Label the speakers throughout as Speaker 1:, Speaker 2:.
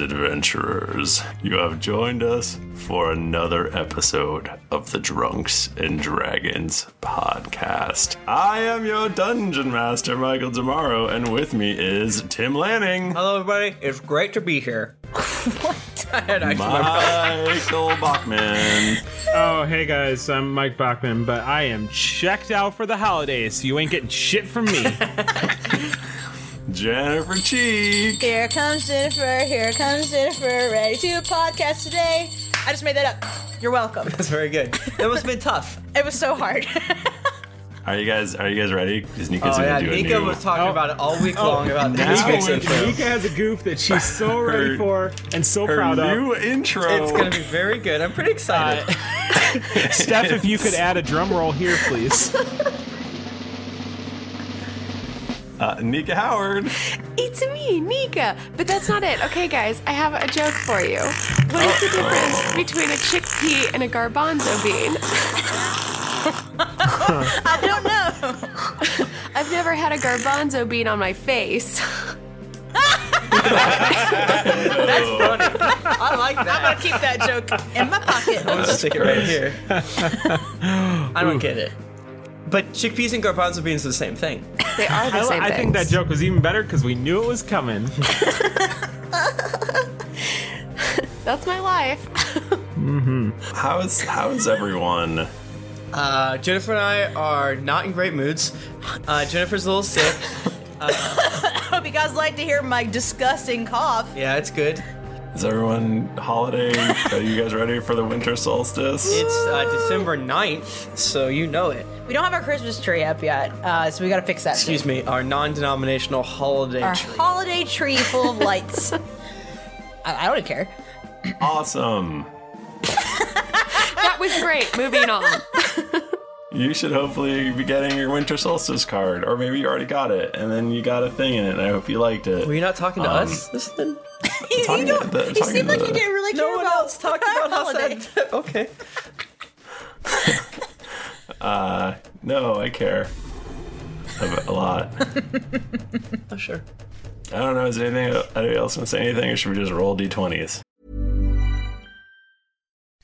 Speaker 1: adventurers. You have joined us for another episode of the Drunks and Dragons podcast. I am your dungeon master, Michael Damaro, and with me is Tim Lanning.
Speaker 2: Hello, everybody. It's great to be here.
Speaker 1: Michael Bachman.
Speaker 3: Oh, hey guys, I'm Mike Bachman, but I am checked out for the holidays, so you ain't getting shit from me.
Speaker 1: Jennifer Cheek.
Speaker 4: Here comes Jennifer. Here comes Jennifer. Ready to podcast today. I just made that up. You're welcome.
Speaker 2: That's very good. That must have been tough.
Speaker 4: It was so hard.
Speaker 1: Are you guys are you guys ready? Because Nika's
Speaker 2: Oh,
Speaker 1: gonna
Speaker 2: yeah.
Speaker 1: do
Speaker 2: Nika
Speaker 1: a new...
Speaker 2: was talking about it all week long about the
Speaker 3: Oh. Now,
Speaker 2: Misfits
Speaker 3: when
Speaker 2: intro.
Speaker 3: Mika has a goof that she's so ready for and so
Speaker 1: her
Speaker 3: proud of.
Speaker 1: new intro.
Speaker 2: It's going to be very good. I'm pretty excited.
Speaker 3: Steph, if you could add a drum roll here, please.
Speaker 1: uh, Nika Howard.
Speaker 5: It's me, Nika. But that's not it. Okay, guys, I have a joke for you. What is the difference between a chickpea and a garbanzo bean?
Speaker 4: I don't know.
Speaker 5: I've never had a garbanzo bean on my face.
Speaker 2: I like that.
Speaker 4: I'll keep that joke in my
Speaker 2: I'm
Speaker 4: pocket.
Speaker 2: going to stick it right here. I don't get it. But chickpeas and garbanzo beans are the same thing.
Speaker 5: They are the
Speaker 3: I,
Speaker 5: same
Speaker 3: I
Speaker 5: thing.
Speaker 3: think that joke was even better because we knew it was coming.
Speaker 5: That's my life.
Speaker 1: How is how is everyone?
Speaker 2: Uh, Jennifer and I are not in great moods. Uh, Jennifer's a little sick.
Speaker 4: Hope you guys like to hear my disgusting cough.
Speaker 2: Yeah, it's good.
Speaker 1: Is everyone holiday? Are you guys ready for the winter solstice?
Speaker 2: It's uh, December 9th, so you know it.
Speaker 4: We don't have our Christmas tree up yet, uh, so we gotta fix that.
Speaker 2: Excuse me, our non denominational holiday
Speaker 4: Our
Speaker 2: tree.
Speaker 4: holiday tree full of lights. I, I don't care.
Speaker 1: Awesome.
Speaker 5: That was great. Moving on.
Speaker 1: You should hopefully be getting your winter solstice card, or maybe you already got it, and then you got a thing in it. And I hope you liked it.
Speaker 2: Were you not talking to
Speaker 1: Um,
Speaker 2: us? Listen.
Speaker 4: You,
Speaker 1: Talking
Speaker 4: you don't-
Speaker 1: to the-
Speaker 4: you
Speaker 1: talking
Speaker 4: seem
Speaker 1: to
Speaker 4: like
Speaker 1: the-
Speaker 4: you didn't really care
Speaker 2: No one
Speaker 4: about
Speaker 2: else talked about us.
Speaker 4: holiday.
Speaker 2: that- Okay.
Speaker 1: uh, No, I care a lot.
Speaker 2: Oh, sure.
Speaker 1: I don't know. Is there anything anybody else gonna say anything, or should we just roll d20s?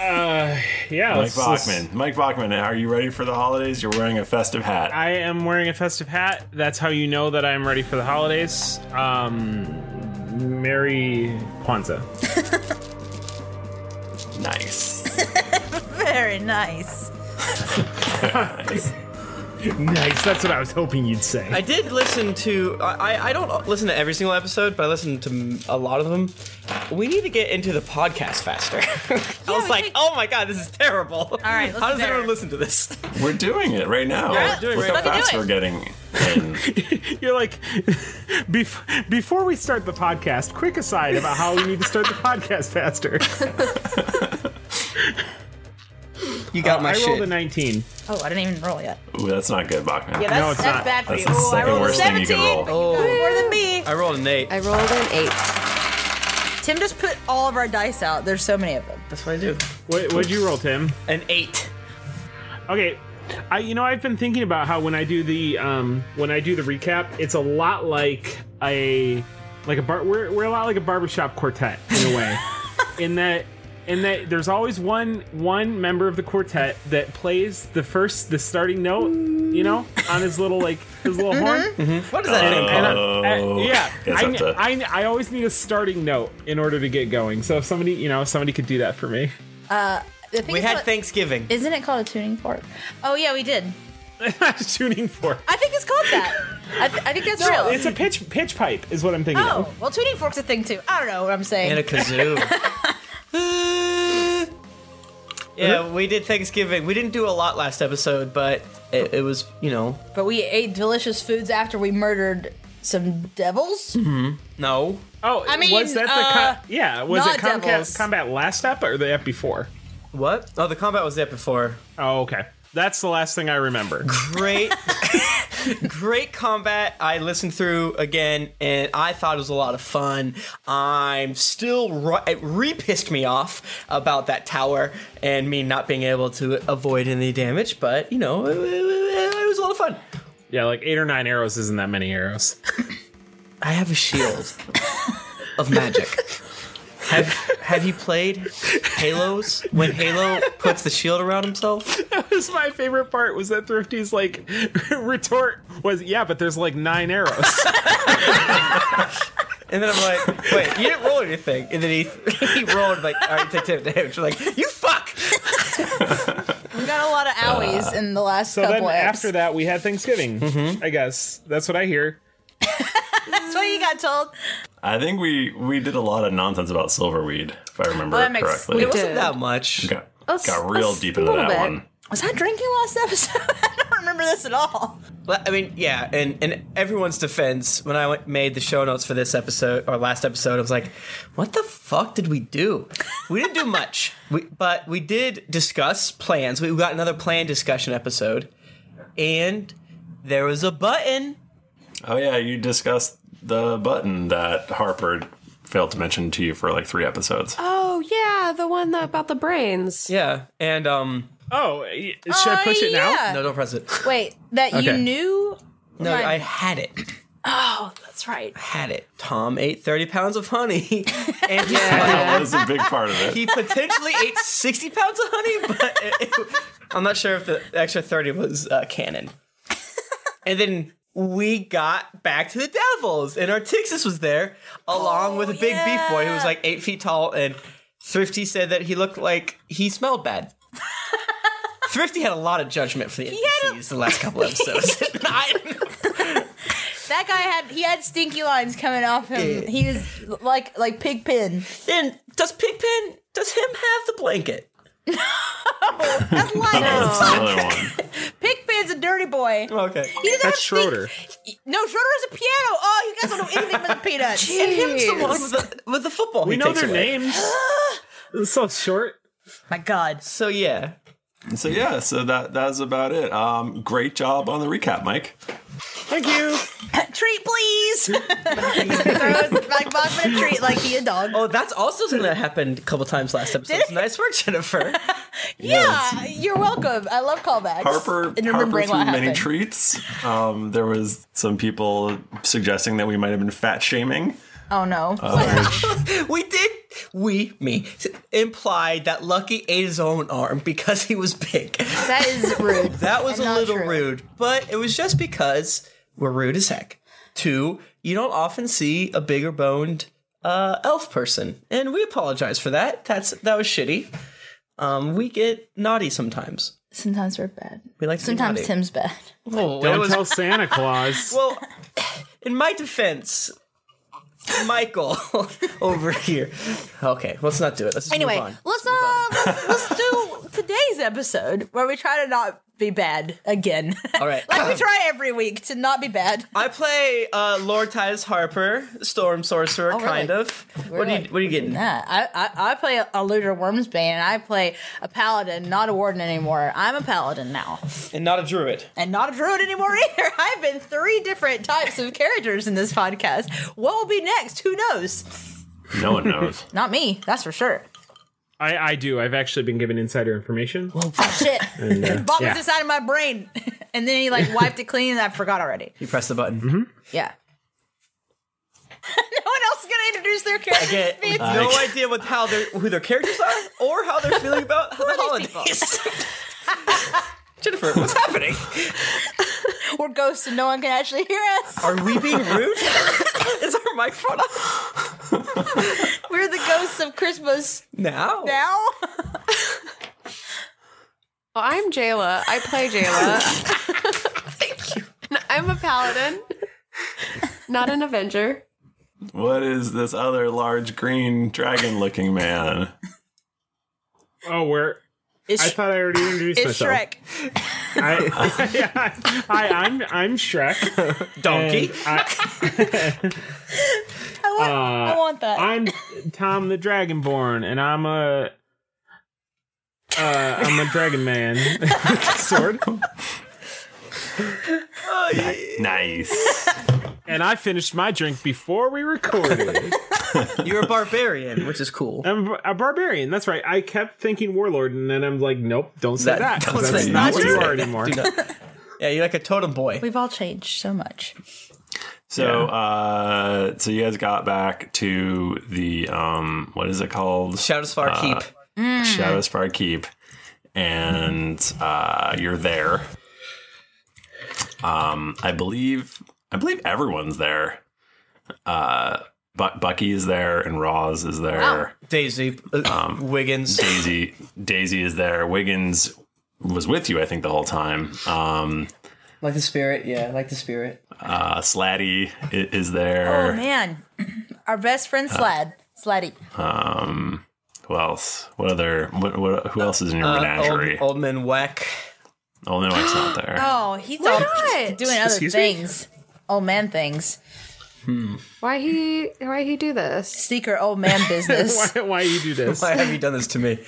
Speaker 3: Uh, Yeah,
Speaker 1: Mike
Speaker 3: let's- let's-
Speaker 1: Bachman. Mike Bachman, are you ready for the holidays? You're wearing a festive hat.
Speaker 3: I am wearing a festive hat. That's how you know that I am ready for the holidays. Um, Merry Kwanzaa.
Speaker 1: nice.
Speaker 4: Very nice.
Speaker 3: Nice. That's what I was hoping you'd say.
Speaker 2: I did listen to. I, I- I don't listen to every single episode, but I listen to m- a lot of them. We need to get into the podcast faster. I was like, oh my god, this is terrible. All
Speaker 4: right,
Speaker 2: how does
Speaker 4: listen
Speaker 2: everyone listen to this?
Speaker 1: We're doing it right now.
Speaker 2: Yeah, we're doing
Speaker 1: Look
Speaker 2: it
Speaker 1: how
Speaker 2: right now.
Speaker 1: fast
Speaker 2: Fucking
Speaker 1: we're getting.
Speaker 3: You're like, bef- before we start the podcast, quick aside about how we need to start the podcast faster.
Speaker 2: you got
Speaker 1: my
Speaker 3: Uh, I rolled
Speaker 1: shit.
Speaker 3: a 19.
Speaker 4: Oh, I didn't even roll yet.
Speaker 1: Ooh, that's not good, Bachman.
Speaker 4: Yeah, that's, that's bad for
Speaker 1: that's
Speaker 4: you.
Speaker 1: the
Speaker 4: Oh, I
Speaker 1: second
Speaker 4: rolled
Speaker 1: worst
Speaker 4: a
Speaker 1: thing
Speaker 4: 17.
Speaker 1: you can roll.
Speaker 4: You got more than me.
Speaker 2: I rolled an eight.
Speaker 4: I rolled an eight. Tim just put all of our dice out. There's so many of them.
Speaker 2: That's what I do.
Speaker 3: What, what'd you roll, Tim?
Speaker 2: An eight.
Speaker 3: Okay. I, you know, I've been thinking about how when I do the um, when I do the recap, it's a lot like a like a bar. We're, we're a lot like a barbershop quartet in a way, in that in that there's always one one member of the quartet that plays the first the starting note, you know, on his little like his little horn.
Speaker 2: What
Speaker 1: does that
Speaker 3: And-
Speaker 1: mean?
Speaker 3: and I-
Speaker 1: Oh.
Speaker 3: I- yeah,
Speaker 1: Guess
Speaker 3: I,
Speaker 1: I have to-
Speaker 3: I, I always need a starting note in order to get going. So if somebody, you know, if somebody could do that for me.
Speaker 4: Uh, I think
Speaker 3: We
Speaker 4: it's
Speaker 3: had
Speaker 4: called-
Speaker 2: Thanksgiving.
Speaker 4: Isn't it called a tuning fork? Oh yeah, we did.
Speaker 3: tuning fork.
Speaker 4: I think it's called that. I, th- I think that's
Speaker 3: No,
Speaker 4: real.
Speaker 3: it's a pitch pitch pipe is what I'm thinking
Speaker 4: oh
Speaker 3: of.
Speaker 4: well, tuning fork's a thing too. I don't know what I'm saying.
Speaker 2: And a kazoo. Yeah, we did Thanksgiving. We didn't do a lot last episode, but it, it was you know.
Speaker 4: But we ate delicious foods after we murdered some devils.
Speaker 2: No.
Speaker 3: Oh,
Speaker 4: I mean,
Speaker 3: was that the
Speaker 4: uh,
Speaker 3: co- yeah? Was
Speaker 4: not
Speaker 3: it Comcast
Speaker 4: devils.
Speaker 3: combat last app or the app before?
Speaker 2: What? Oh, the combat was the app before.
Speaker 3: Oh, okay. That's the last thing I remember.
Speaker 2: Great, great combat. I listened through again, and I thought it was a lot of fun. I'm still ru- it re pissed me off about that tower and me not being able to avoid any damage, but you know, it, it- it was a lot of fun.
Speaker 3: yeah, like eight or nine arrows isn't that many arrows.
Speaker 2: I have a shield of magic. Have Have you played Halos? When Halo puts the shield around himself,
Speaker 3: that was my favorite part. Was that Thrifty's like retort was yeah, but there's like nine arrows.
Speaker 2: and then I'm like, "Wait, you didn't roll anything." And then he he rolled like, "All right, take ten damage." You're like, "You fuck!"
Speaker 4: We got a lot of owies in the last
Speaker 3: so then
Speaker 4: couple. eps.
Speaker 3: after that we had Thanksgiving. I guess that's what I hear.
Speaker 4: That's what you got told.
Speaker 1: I think we we did a lot of nonsense about silverweed, if I remember
Speaker 4: Well, that makes-
Speaker 1: correctly.
Speaker 4: we It wasn't did. that
Speaker 2: much.
Speaker 1: Got,
Speaker 4: A Oh, s-
Speaker 1: got
Speaker 4: a
Speaker 1: real
Speaker 4: s-
Speaker 1: deep into
Speaker 4: little
Speaker 1: that
Speaker 4: bit.
Speaker 1: one.
Speaker 4: Was I drinking last episode? I don't remember this at all.
Speaker 2: Well, I mean, yeah, and and everyone's defense. When I went, made the show notes for this episode or last episode, I was like, "What the fuck did we do? We didn't do much, we, but we did discuss plans. We got another plan discussion episode, and there was a button.
Speaker 1: Oh yeah, you discussed the button that Harper failed to mention to you for like three episodes.
Speaker 5: Oh yeah, the one that, about the brains.
Speaker 2: Yeah, and um.
Speaker 3: Oh, should
Speaker 4: I push it now? yeah.
Speaker 2: No, don't press it.
Speaker 4: Wait, that you
Speaker 2: Okay.
Speaker 4: knew?
Speaker 2: No,
Speaker 4: Right.
Speaker 2: I had it.
Speaker 4: Oh, that's right.
Speaker 2: Had it. Tom ate thirty pounds of honey, and
Speaker 1: That was a big part of it.
Speaker 2: He potentially ate sixty pounds of honey, but it- it- I'm not sure if the extra thirty was uh, canon. And then we got back to the devils, and Artixis was there along
Speaker 1: Oh,
Speaker 2: with a big beef boy who was like eight feet tall. And Thrifty said that he looked like he smelled bad. Thrifty had a lot of judgment for the NPCs the last couple episodes.
Speaker 4: That guy had he had stinky lines coming off him. He was like like Pigpen.
Speaker 2: And does Pigpen does him have the blanket?
Speaker 1: That's another one.
Speaker 4: Pigpen's a dirty boy.
Speaker 2: Okay,
Speaker 4: he doesn't
Speaker 1: that's Schroeder.
Speaker 4: have, no Schroeder is a piano. Oh, you guys don't know anything about the peanuts. And him's the one
Speaker 2: with the, with the football.
Speaker 3: we
Speaker 2: he
Speaker 3: know
Speaker 2: takes
Speaker 3: their
Speaker 2: away.
Speaker 3: names. it's so short.
Speaker 4: My God.
Speaker 2: So yeah.
Speaker 1: So yeah, so that that's about it. Um, great job on the recap, Mike.
Speaker 3: Thank you.
Speaker 4: treat, please. Throws like Bachman a treat like he a dog.
Speaker 2: Oh, that's also something that happened a couple times last episode. So nice work, Jennifer.
Speaker 4: Yeah, you're welcome. I love callbacks.
Speaker 1: Harper,
Speaker 4: and
Speaker 1: Harper
Speaker 4: remembering
Speaker 1: threw
Speaker 4: what
Speaker 1: many
Speaker 4: happened.
Speaker 1: treats. Um, there was some people suggesting that we might have been fat shaming.
Speaker 4: Oh no.
Speaker 1: Uh,
Speaker 2: we did, we, me, implied that Lucky ate his own arm because he was big.
Speaker 4: That is rude.
Speaker 2: That was a little rude, but it was just because we're rude as heck. Two, you don't often see a bigger boned uh, elf person, and we apologize for that. That's that was shitty. Um, we get naughty sometimes.
Speaker 4: Sometimes we're bad.
Speaker 2: We like to be
Speaker 4: Sometimes
Speaker 2: naughty.
Speaker 4: Tim's bad.
Speaker 2: Oh,
Speaker 3: Don't tell Santa Claus.
Speaker 2: well, in my defense, Michael over here. Okay, let's not do it. Let's just
Speaker 4: anyway,
Speaker 2: move on.
Speaker 4: let's uh, let's, let's do today's episode where we try to not be bad again.
Speaker 2: All right.
Speaker 4: like we try every week to not be bad.
Speaker 2: I play uh, Lord Titus Harper, Storm Sorcerer,
Speaker 4: Oh, really?
Speaker 2: kind of. What are you What are you getting?
Speaker 4: Yeah, I, I I play a looter wormsbane and I play a paladin, not a warden anymore. I'm a paladin now.
Speaker 2: And not a druid.
Speaker 4: And not a druid anymore either. I've been three different types of characters in this podcast. What will be next? Who knows?
Speaker 1: No one knows.
Speaker 4: Not me, that's for sure.
Speaker 3: I, I do. I've actually been given insider information.
Speaker 2: Well,
Speaker 4: Shit.
Speaker 3: and, uh,
Speaker 4: Bob
Speaker 3: yeah.
Speaker 4: was inside of my brain. and then he like wiped it clean and I forgot already.
Speaker 2: You press the button. Mm-hmm.
Speaker 4: Yeah. no one else is gonna introduce their characters.
Speaker 2: Again,
Speaker 4: to me.
Speaker 2: with no idea what how their who their characters are or how they're feeling about the holidays. Jennifer, what's happening?
Speaker 4: We're ghosts and no one can actually hear us.
Speaker 2: Are we being rude? Is our microphone on?
Speaker 4: We're the ghosts of Christmas
Speaker 2: Now?
Speaker 4: now.
Speaker 5: Well, I'm Jayla. I play Jayla. Thank you. I'm a paladin, not an Avenger.
Speaker 1: What is this other large green dragon looking man?
Speaker 3: Oh, we're. I thought I already introduced
Speaker 4: It's
Speaker 3: myself.
Speaker 4: Shrek.
Speaker 3: I, yeah, I, I'm I'm Shrek.
Speaker 2: Donkey.
Speaker 3: And I,
Speaker 4: I want,
Speaker 3: uh,
Speaker 4: I want that.
Speaker 3: I'm Tom the Dragonborn, and I'm a. Uh, I'm a dragon man. Sword.
Speaker 1: Nice.
Speaker 3: And I finished my drink before we recorded.
Speaker 2: You're a barbarian, which is cool.
Speaker 3: I'm a barbarian. That's right. I kept thinking warlord, and then I'm like, nope, don't say
Speaker 2: That-
Speaker 3: that. 'cause
Speaker 2: don't say
Speaker 3: that's
Speaker 2: that.
Speaker 3: not what
Speaker 2: Don't
Speaker 3: you
Speaker 2: say
Speaker 3: are
Speaker 2: that.
Speaker 3: anymore.
Speaker 2: Do not- Yeah, you're like a totem boy.
Speaker 4: We've all changed so much.
Speaker 1: So, uh, so you guys got back to the um, what is it called?
Speaker 2: Shadowspar
Speaker 1: Uh,
Speaker 2: Keep.
Speaker 6: Hmm.
Speaker 1: Shadowspar Keep, and uh, you're there. Um, I believe I believe everyone's there. Uh, but Bucky is there, and Roz is there. Um,
Speaker 2: Daisy, uh, Wiggins.
Speaker 1: Daisy Daisy is there. Wiggins was with you, I think, the whole time. Um,
Speaker 2: Like the spirit, yeah, like the spirit.
Speaker 1: uh, Slatty i- is
Speaker 4: Oh
Speaker 1: there.
Speaker 4: man, our best friend Slad, Sladdy.
Speaker 1: um, who else? What other? What? what who else is in your
Speaker 2: Uh,
Speaker 1: menagerie?
Speaker 2: old, old man Weck.
Speaker 1: Oh no, it's not there.
Speaker 4: Oh, he's
Speaker 5: Why
Speaker 4: all
Speaker 5: not?
Speaker 4: doing other
Speaker 3: Excuse me?
Speaker 4: things. Old man things.
Speaker 3: Hmm.
Speaker 5: Why he? Why he do this?
Speaker 4: Seeker old man business.
Speaker 3: why, why you do this?
Speaker 2: Why have you done this to me?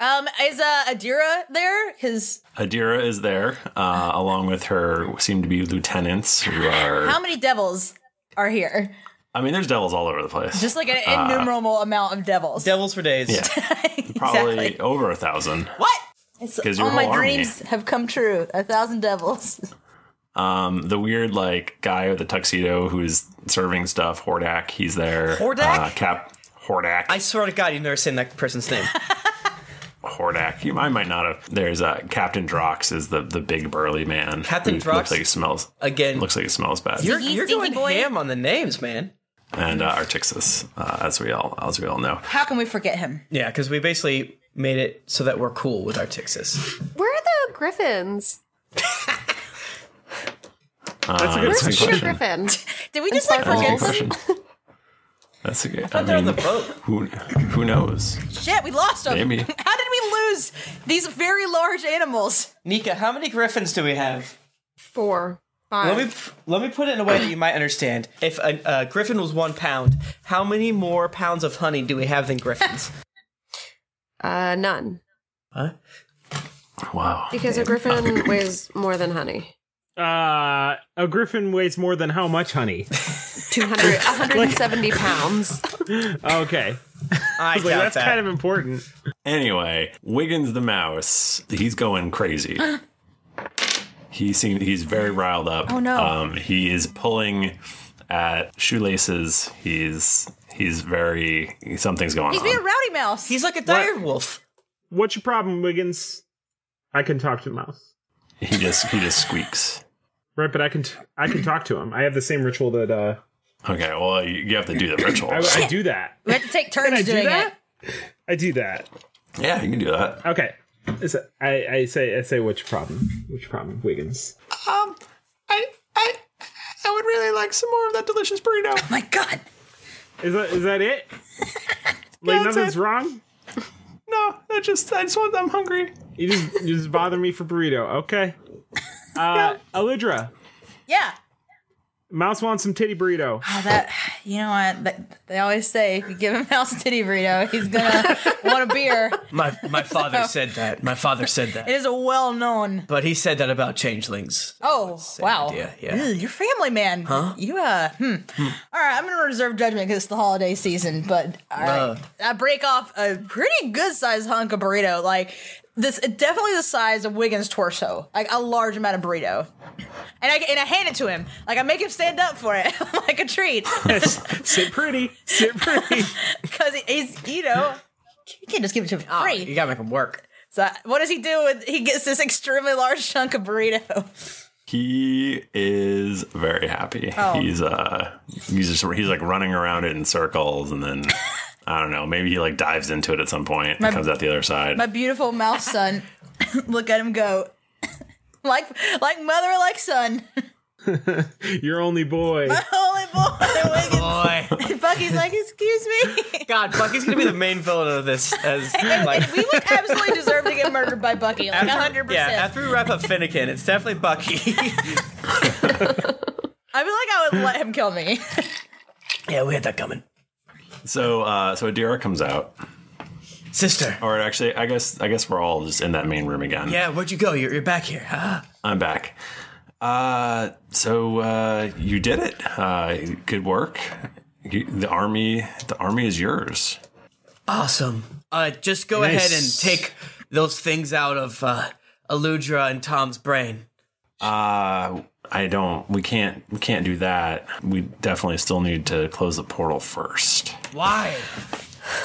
Speaker 4: um, is uh, Adira there? His
Speaker 1: Adira is there, uh, along with her seem to be lieutenants who are.
Speaker 4: how many devils are here?
Speaker 1: I mean, there's devils all over the place. Uh,
Speaker 4: Just like an innumerable amount of devils.
Speaker 2: Devils for days.
Speaker 1: yeah, probably over a thousand.
Speaker 4: What? It's,
Speaker 1: 'Cause your
Speaker 4: all my
Speaker 1: whole army.
Speaker 4: dreams have come true. A thousand devils.
Speaker 1: Um, the weird like guy with the tuxedo who's serving stuff, Hordak, he's there.
Speaker 2: Hordak?
Speaker 1: uh, Cap Hordak.
Speaker 2: I swear to God, you've never seen that person's name.
Speaker 1: Hordak. You, I might not have. There's uh, Captain Drox is the the big burly man.
Speaker 2: Captain
Speaker 1: who
Speaker 2: Drox?
Speaker 1: looks like he smells
Speaker 2: Again,
Speaker 1: looks like he smells bad.
Speaker 2: you're,
Speaker 4: Ziggy,
Speaker 2: you're
Speaker 4: Stinky
Speaker 2: going
Speaker 4: Boy.
Speaker 2: ham on the names, man.
Speaker 1: And uh, Artixis, uh, as we all as we all know.
Speaker 4: How can we forget him?
Speaker 2: Yeah, because we basically made it so that we're cool with our Tixis.
Speaker 5: Where are the Griffins?
Speaker 1: Uh,
Speaker 2: Um,
Speaker 3: That's a good
Speaker 1: that's
Speaker 5: Where's
Speaker 1: a
Speaker 5: Peter
Speaker 1: good question.
Speaker 5: Griffin?
Speaker 4: Did we just like
Speaker 1: That's a
Speaker 4: forget
Speaker 1: good
Speaker 4: him?
Speaker 1: question. That's a good. I
Speaker 2: But they're on the boat.
Speaker 1: Who who knows?
Speaker 4: Shit, we lost him.
Speaker 1: Maybe.
Speaker 4: How did we lose these very large animals?
Speaker 2: Nika, how many griffins do we have?
Speaker 5: Four, five.
Speaker 2: Let me let me put it in a way that you might understand. If a, a griffin was one pound, how many more pounds of honey do we have than griffins?
Speaker 5: uh, none,
Speaker 2: huh?
Speaker 1: Wow.
Speaker 5: because a Griffin weighs more than honey.
Speaker 3: Uh, a griffin weighs more than how much honey?
Speaker 5: 200, 170 pounds.
Speaker 3: Okay.
Speaker 2: I
Speaker 3: Like,
Speaker 2: doubt
Speaker 3: that's
Speaker 2: that.
Speaker 3: kind of important.
Speaker 1: Anyway, Wiggins the mouse, he's going crazy. he seems he's very riled up.
Speaker 4: Oh, no.
Speaker 1: Um, he is pulling at shoelaces. He's he's very something's going
Speaker 4: He's
Speaker 1: on.
Speaker 4: being a rowdy mouse.
Speaker 2: He's like a dire wolf.
Speaker 3: What's your problem, Wiggins? I can talk to the mouse.
Speaker 1: he just he just squeaks.
Speaker 3: Right, but I can t- I can talk to him. I have the same ritual that uh,
Speaker 1: Okay, well you, you have to do the ritual.
Speaker 3: I, I do that.
Speaker 4: we have to take
Speaker 3: I
Speaker 4: turns
Speaker 3: do
Speaker 4: doing
Speaker 3: that?
Speaker 4: it.
Speaker 3: I do that.
Speaker 1: Yeah, you can do that.
Speaker 3: Okay. Is it- I, I say I say which problem? Which problem, Wiggins?
Speaker 1: Um, I, I, I would really like some more of that delicious burrito. Oh
Speaker 4: my god!
Speaker 3: Is that is that it? like
Speaker 1: that's
Speaker 3: nothing's
Speaker 1: it.
Speaker 3: wrong.
Speaker 1: No, I just, I just want. I'm hungry.
Speaker 3: You just you just bother me for burrito. Okay. Uh, Alidra,
Speaker 4: Yeah.
Speaker 3: Mouse wants some titty burrito.
Speaker 4: Oh, that you know what that, they always say: if you give a mouse a titty burrito, he's gonna want a beer.
Speaker 2: My my father
Speaker 4: So-
Speaker 2: said that. My father said
Speaker 4: It
Speaker 2: that.
Speaker 4: is a well-known.
Speaker 2: But he said that about changelings.
Speaker 4: Oh wow!
Speaker 2: idea, yeah.
Speaker 4: Ew, you're family man.
Speaker 2: Huh?
Speaker 4: You uh. Hmm. All right, I'm gonna reserve judgment because it's the holiday season. But all right,
Speaker 2: Uh.
Speaker 4: I break off a pretty good sized hunk of burrito, like this, definitely the size of Wiggins' torso, like a large amount of burrito. And I and I hand it to him, like I make him stand up for it, like a treat,
Speaker 3: Sit pretty. Sit pretty.
Speaker 4: because he's you know you can't just give it to him for free.
Speaker 2: Oh, You gotta make him work.
Speaker 4: So what does he do? With he gets this extremely large chunk of burrito.
Speaker 1: He is very happy.
Speaker 4: Oh.
Speaker 1: He's uh he's just he's like running around it in circles and then I don't know, maybe he like dives into it at some point
Speaker 4: My-
Speaker 1: and comes out the other side.
Speaker 4: My beautiful mouse son. Look at him go. like like mother, like son.
Speaker 3: Your only boy.
Speaker 4: My only
Speaker 2: boy.
Speaker 4: boy. Bucky's like, excuse me.
Speaker 2: God, Bucky's gonna be the main villain of this. As like,
Speaker 4: we would absolutely deserve to get murdered by Bucky, like hundred
Speaker 2: yeah,
Speaker 4: percent.
Speaker 2: after we wrap up Finnegan, it's definitely Bucky.
Speaker 4: I feel like I would let him kill me.
Speaker 2: yeah, we had that coming.
Speaker 1: so uh so Adira comes out.
Speaker 2: Sister.
Speaker 1: Or actually I guess I guess we're all just in that main room again.
Speaker 2: Yeah, where'd you go? You're, you're back here. Ah. huh?
Speaker 1: I'm back. Uh so uh you did it. Uh good work. You, the army the army is yours.
Speaker 2: Awesome. Uh, just go
Speaker 1: Nice.
Speaker 2: ahead and take those things out of uh, Aludra and Tom's brain.
Speaker 1: Uh I don't we can't we can't do that. We definitely still need to close the portal first.
Speaker 2: Why?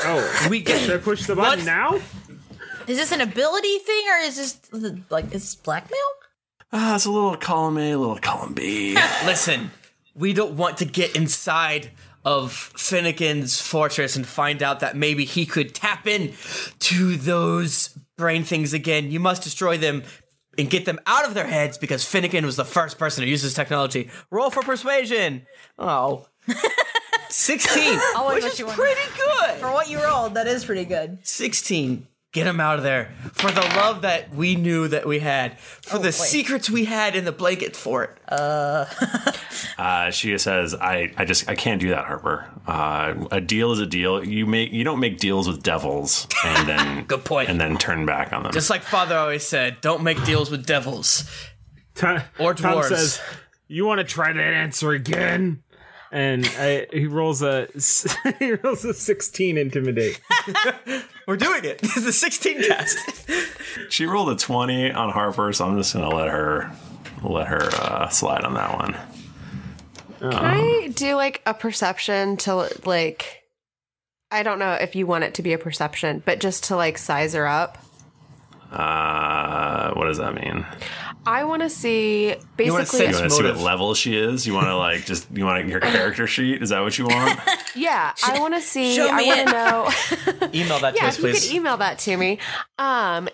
Speaker 3: Oh,
Speaker 2: we get.
Speaker 3: Should I push the button now?
Speaker 4: Is this an ability thing or is this like is this blackmail?
Speaker 1: Ah, it's a little column A, a little column B.
Speaker 2: Listen, we don't want to get inside of Finnegan's fortress and find out that maybe he could tap in to those brain things again. You must destroy them and get them out of their heads because Finnegan was the first person who used this technology. Roll for persuasion. Oh. 16.
Speaker 4: Which is pretty
Speaker 2: good.
Speaker 4: For what you rolled, that is pretty good.
Speaker 2: 16. Get him out of there for the love that we knew that we had, for
Speaker 1: Oh,
Speaker 2: the secrets we had in the blanket fort. Uh.
Speaker 1: Uh, she says, I, I just I can't do that, Harper. Uh, a deal is a deal. You make you don't make deals with devils and then
Speaker 2: good point.
Speaker 1: And then turn back on them.
Speaker 2: Just like Father always said, don't make deals with devils or dwarves.
Speaker 3: Tom says, "You want to try that answer again?" And I, he rolls a he rolls a sixteen intimidate.
Speaker 2: We're doing it. This is the sixteen cast.
Speaker 1: she rolled a twenty on Harper, so I'm just gonna let her let her uh, slide on that one. Um,
Speaker 5: Can I do like a perception to like I don't know if you want it to be a perception, but just to like size her up.
Speaker 1: Uh, what does that mean?
Speaker 5: I want to see
Speaker 1: you want to see
Speaker 5: basically
Speaker 1: what level she is? You want to like just you want your character sheet? Is that what you want?
Speaker 5: Yeah, I want to see
Speaker 4: show
Speaker 5: I
Speaker 4: me
Speaker 5: want
Speaker 4: it.
Speaker 5: to know
Speaker 1: Email that
Speaker 5: yeah, if you
Speaker 2: e-,
Speaker 5: could email that to me. Um,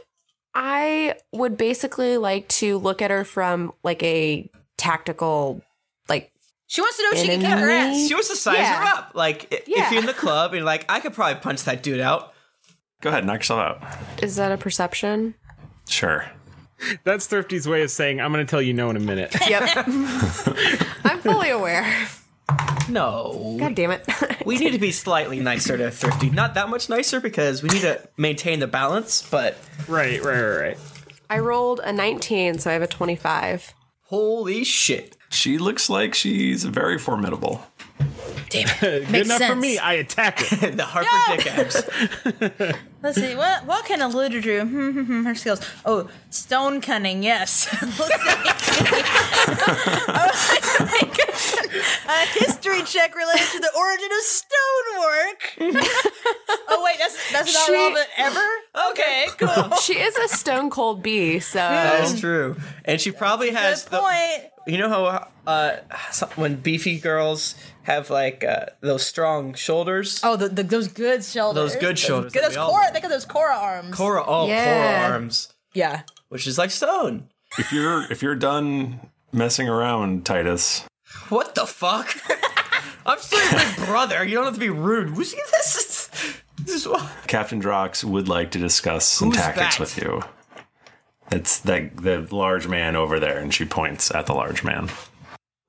Speaker 5: I would basically like to look at her from like a tactical, like
Speaker 4: she wants to know
Speaker 2: she can kick her ass. She wants to size her up. Like i-
Speaker 5: Yeah.
Speaker 2: if you're in the club and you're like, I could probably punch that dude out.
Speaker 1: Go ahead, knock yourself out.
Speaker 5: Is that a perception?
Speaker 1: Sure.
Speaker 3: That's Thrifty's way of saying I'm going to tell you no in a minute.
Speaker 5: Yep, I'm fully aware.
Speaker 2: No.
Speaker 5: God damn it!
Speaker 2: We need to be slightly nicer to Thrifty. Not that much nicer because we need to maintain the balance, but
Speaker 3: Right, right, right, right.
Speaker 5: I rolled a 19, so I have a 25.
Speaker 2: Holy shit.
Speaker 1: She looks like she's very formidable.
Speaker 3: Good
Speaker 4: Makes
Speaker 3: enough for
Speaker 4: sense.
Speaker 3: me. I attack it.
Speaker 2: the Harper dick abs.
Speaker 4: Let's see what what can Aludra do? Hmm, hmm, hmm, her skills. Oh, stone cunning. Yes. Let's see. Oh, my goodness. a history check related to the origin of stonework. oh wait, that's that's not
Speaker 5: She-
Speaker 4: relevant ever. Okay, cool.
Speaker 5: she is a stone cold bee, so
Speaker 2: That is true. And she probably has the
Speaker 4: Point.
Speaker 2: You know how uh, so- when beefy girls have like uh, those strong shoulders.
Speaker 4: Oh, the, the, those good shoulders.
Speaker 2: Those good shoulders
Speaker 4: Good-
Speaker 2: that
Speaker 4: Those
Speaker 2: we all
Speaker 4: Cora, think of those Cora arms.
Speaker 2: Cora, oh,
Speaker 4: Yeah.
Speaker 2: Cora arms,
Speaker 4: Yeah.
Speaker 2: which is like stone.
Speaker 1: If you're if you're done messing around, Titus,
Speaker 2: What the fuck? I'm still your big brother. You don't have to be rude. Who's this? Is, this is what?
Speaker 1: Captain Drox would like to discuss some
Speaker 2: Who's
Speaker 1: tactics
Speaker 2: that?
Speaker 1: with you. That's that the large man over there, and she points at the large man.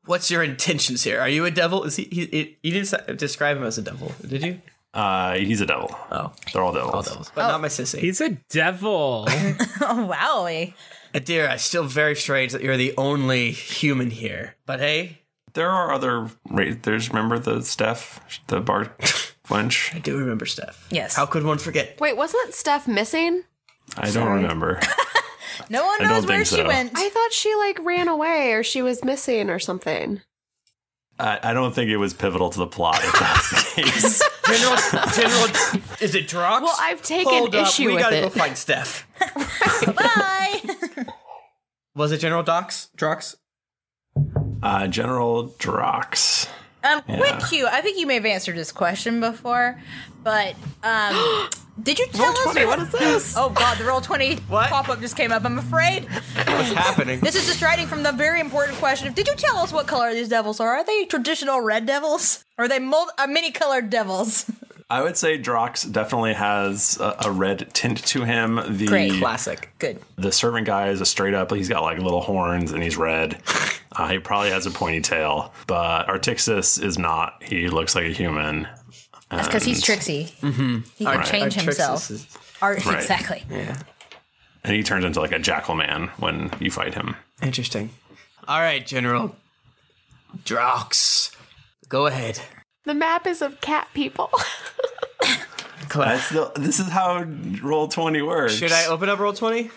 Speaker 2: What's your intentions here? Are you a devil? Is he? he, he you didn't s- describe him as a devil, did you?
Speaker 1: Uh, he's a devil.
Speaker 2: Oh,
Speaker 1: they're all devils.
Speaker 2: But not my sissy.
Speaker 3: Oh, He's a devil.
Speaker 4: oh, wowie.
Speaker 2: Adira, it's still very strange that you're the only human here. But hey,
Speaker 1: there are
Speaker 2: Oh.
Speaker 1: other. Right, there's remember the Steph, the bar wench.
Speaker 2: I do remember Steph.
Speaker 4: Yes.
Speaker 2: How could one forget?
Speaker 5: Wait, wasn't Steph missing?
Speaker 1: I don't
Speaker 5: Sorry.
Speaker 1: remember.
Speaker 4: No one
Speaker 1: I don't
Speaker 4: knows where
Speaker 1: think
Speaker 4: she
Speaker 1: so.
Speaker 4: went.
Speaker 5: I thought she like ran away or she was missing or something.
Speaker 1: I, I don't think it was pivotal to the plot. If that's the case.
Speaker 2: General, General, is it Drox?
Speaker 5: Well, I've taken issue
Speaker 2: we
Speaker 5: with
Speaker 2: gotta
Speaker 5: it.
Speaker 2: go find Steph.
Speaker 4: Bye.
Speaker 2: Was it General Dox? Drox?
Speaker 1: Uh, General Drox.
Speaker 4: Um,
Speaker 1: Yeah.
Speaker 4: quick cue. I think you may have answered this question before, but um, did you tell us?
Speaker 5: 20, what is this?
Speaker 4: Oh God, the roll twenty pop up just came up. I'm afraid
Speaker 2: What's happening?
Speaker 4: this is distracting from the very important question of: Did you tell us what color these devils are? Are they traditional red devils? Are they mul- uh, many-colored devils?
Speaker 1: I would say Drox definitely has a, a red tint to him. The
Speaker 4: Great. Classic. Good.
Speaker 1: The servant guy is a straight up. He's got like little horns and he's red. Uh, he probably has a pointy tail, but Artixis is not. He looks like a human.
Speaker 4: That's because he's
Speaker 1: And-
Speaker 4: tricksy.
Speaker 2: Mm-hmm.
Speaker 1: Mhm.
Speaker 4: He can
Speaker 1: Right.
Speaker 4: change
Speaker 1: Artrixis
Speaker 4: himself.
Speaker 1: is-
Speaker 4: Art-
Speaker 1: Right.
Speaker 4: Exactly.
Speaker 2: Yeah.
Speaker 1: And he turns into like a jackal man when you fight him.
Speaker 2: Interesting. All right, General Drox, go ahead.
Speaker 5: The map is of cat people.
Speaker 1: That's the, this is how roll twenty works.
Speaker 2: Should I open up roll twenty?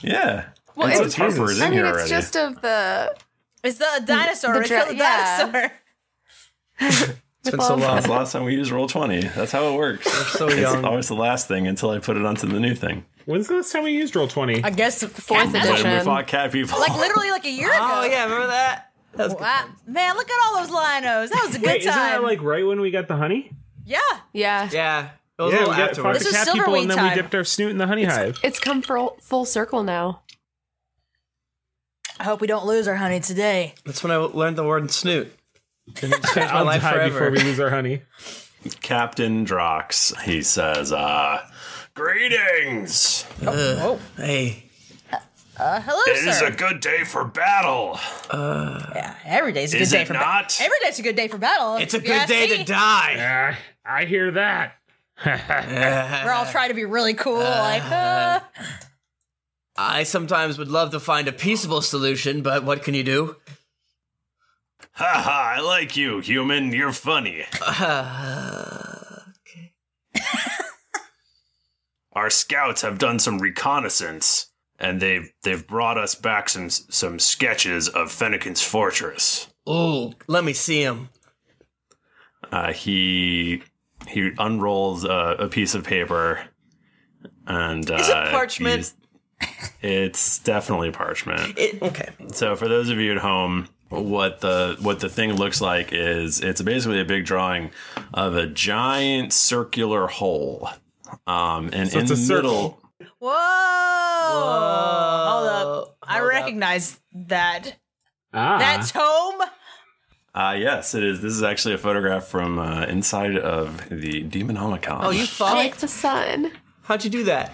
Speaker 1: Yeah.
Speaker 5: Well,
Speaker 1: And so
Speaker 5: it's-
Speaker 1: Harper is in
Speaker 5: I mean,
Speaker 1: here
Speaker 5: it's
Speaker 1: already.
Speaker 5: just of the.
Speaker 4: It's the dinosaur. It's
Speaker 5: dra-
Speaker 4: called a
Speaker 5: yeah.
Speaker 4: dinosaur.
Speaker 1: It's been so long. It's the last time we used roll twenty. That's how it works.
Speaker 2: We're so
Speaker 1: It's
Speaker 3: young.
Speaker 1: always the last thing until I put it onto the new thing.
Speaker 3: When's the last time we used roll twenty?
Speaker 4: I guess
Speaker 1: When we fought cat people.
Speaker 4: Like literally like a year ago. Oh
Speaker 2: yeah, remember that?
Speaker 4: wow. Man, look at all those linos. That was a good
Speaker 3: Wait, isn't
Speaker 4: time.
Speaker 3: that like right when we got the honey?
Speaker 4: yeah.
Speaker 5: Yeah.
Speaker 2: Yeah. It was
Speaker 3: was yeah,
Speaker 2: a little
Speaker 3: we got
Speaker 2: afterwards.
Speaker 3: fought the
Speaker 2: This is
Speaker 3: cat people,
Speaker 2: Silverweed
Speaker 3: and then
Speaker 2: time.
Speaker 3: we dipped our snoot in the honey hive.
Speaker 5: It's come full, full circle now.
Speaker 4: I hope we don't lose our honey today.
Speaker 2: That's when I learned the word snoot. Changed my
Speaker 3: I'll
Speaker 2: life
Speaker 3: die
Speaker 2: forever.
Speaker 3: before we lose our honey.
Speaker 1: Captain Drox, he says, uh, Greetings!
Speaker 4: oh.
Speaker 2: Hey.
Speaker 4: Uh, hello,
Speaker 1: It
Speaker 4: sir.
Speaker 1: is a good day for battle.
Speaker 4: yeah, Uh, every day's a
Speaker 1: is
Speaker 4: good day
Speaker 1: it
Speaker 4: for
Speaker 1: not?
Speaker 4: battle. Every day's a good day for battle. if you ask me.
Speaker 3: die. Uh, I hear that.
Speaker 2: Uh,
Speaker 4: We're all trying to be really cool. like, uh,
Speaker 2: I sometimes would love to find a peaceable solution, but what can you do?
Speaker 1: Ha ha, I like you, human. You're funny.
Speaker 2: Uh,
Speaker 1: Our scouts have done some reconnaissance, and they've, they've brought us back some, some sketches of Fennekin's fortress.
Speaker 2: Ooh, let me see him.
Speaker 1: Uh, he he unrolls a, a piece of paper, and
Speaker 2: Is it
Speaker 1: uh,
Speaker 2: parchment?
Speaker 1: he's- It's definitely parchment.
Speaker 2: It, okay.
Speaker 1: So for those of you at home, what the what the thing looks like is it's basically a big drawing of a giant circular hole, um, and
Speaker 3: So
Speaker 1: in
Speaker 3: it's
Speaker 1: the
Speaker 3: a circle.
Speaker 1: middle.
Speaker 4: whoa. Hold up. I recognize that.
Speaker 1: Ah.
Speaker 4: That's home.
Speaker 1: Uh, yes, it is. This is actually a photograph from uh, inside of the Demonomicon.
Speaker 2: Oh, you
Speaker 5: I
Speaker 2: fall?
Speaker 5: like the sun.
Speaker 2: How'd you do that?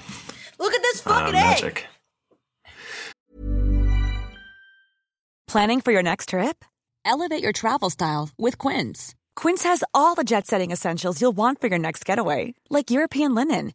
Speaker 4: Look at this
Speaker 1: uh,
Speaker 4: fucking egg.
Speaker 1: magic.
Speaker 7: Planning for your next trip? Elevate your travel style with Quince. Quince has all the jet setting essentials you'll want for your next getaway, like European linen,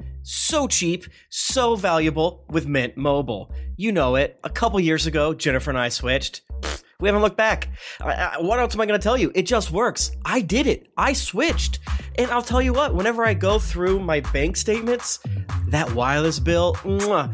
Speaker 8: So cheap, so valuable with Mint Mobile. You know it. A couple years ago, Jennifer and I switched. Pfft, we haven't looked back. I- I- what else am I going to tell you? It just works. I did it. I switched. And I'll tell you what, whenever I go through my bank statements, that wireless bill, mwah,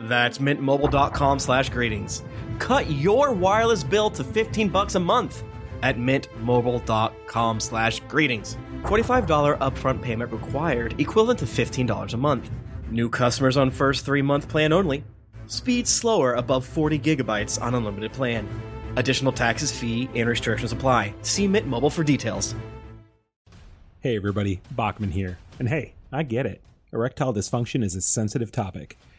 Speaker 8: That's mintmobile.com slash greetings. Cut your wireless bill to 15 bucks a month at mintmobile.com slash greetings. $45 upfront payment required, equivalent to $15 a month. New customers on first three-month plan only. Speed slower above 40 gigabytes on unlimited plan. Additional taxes, fee, and restrictions apply. See Mint Mobile for details.
Speaker 3: Hey, everybody, Bachman here. And hey, I get it. Erectile dysfunction is a sensitive topic,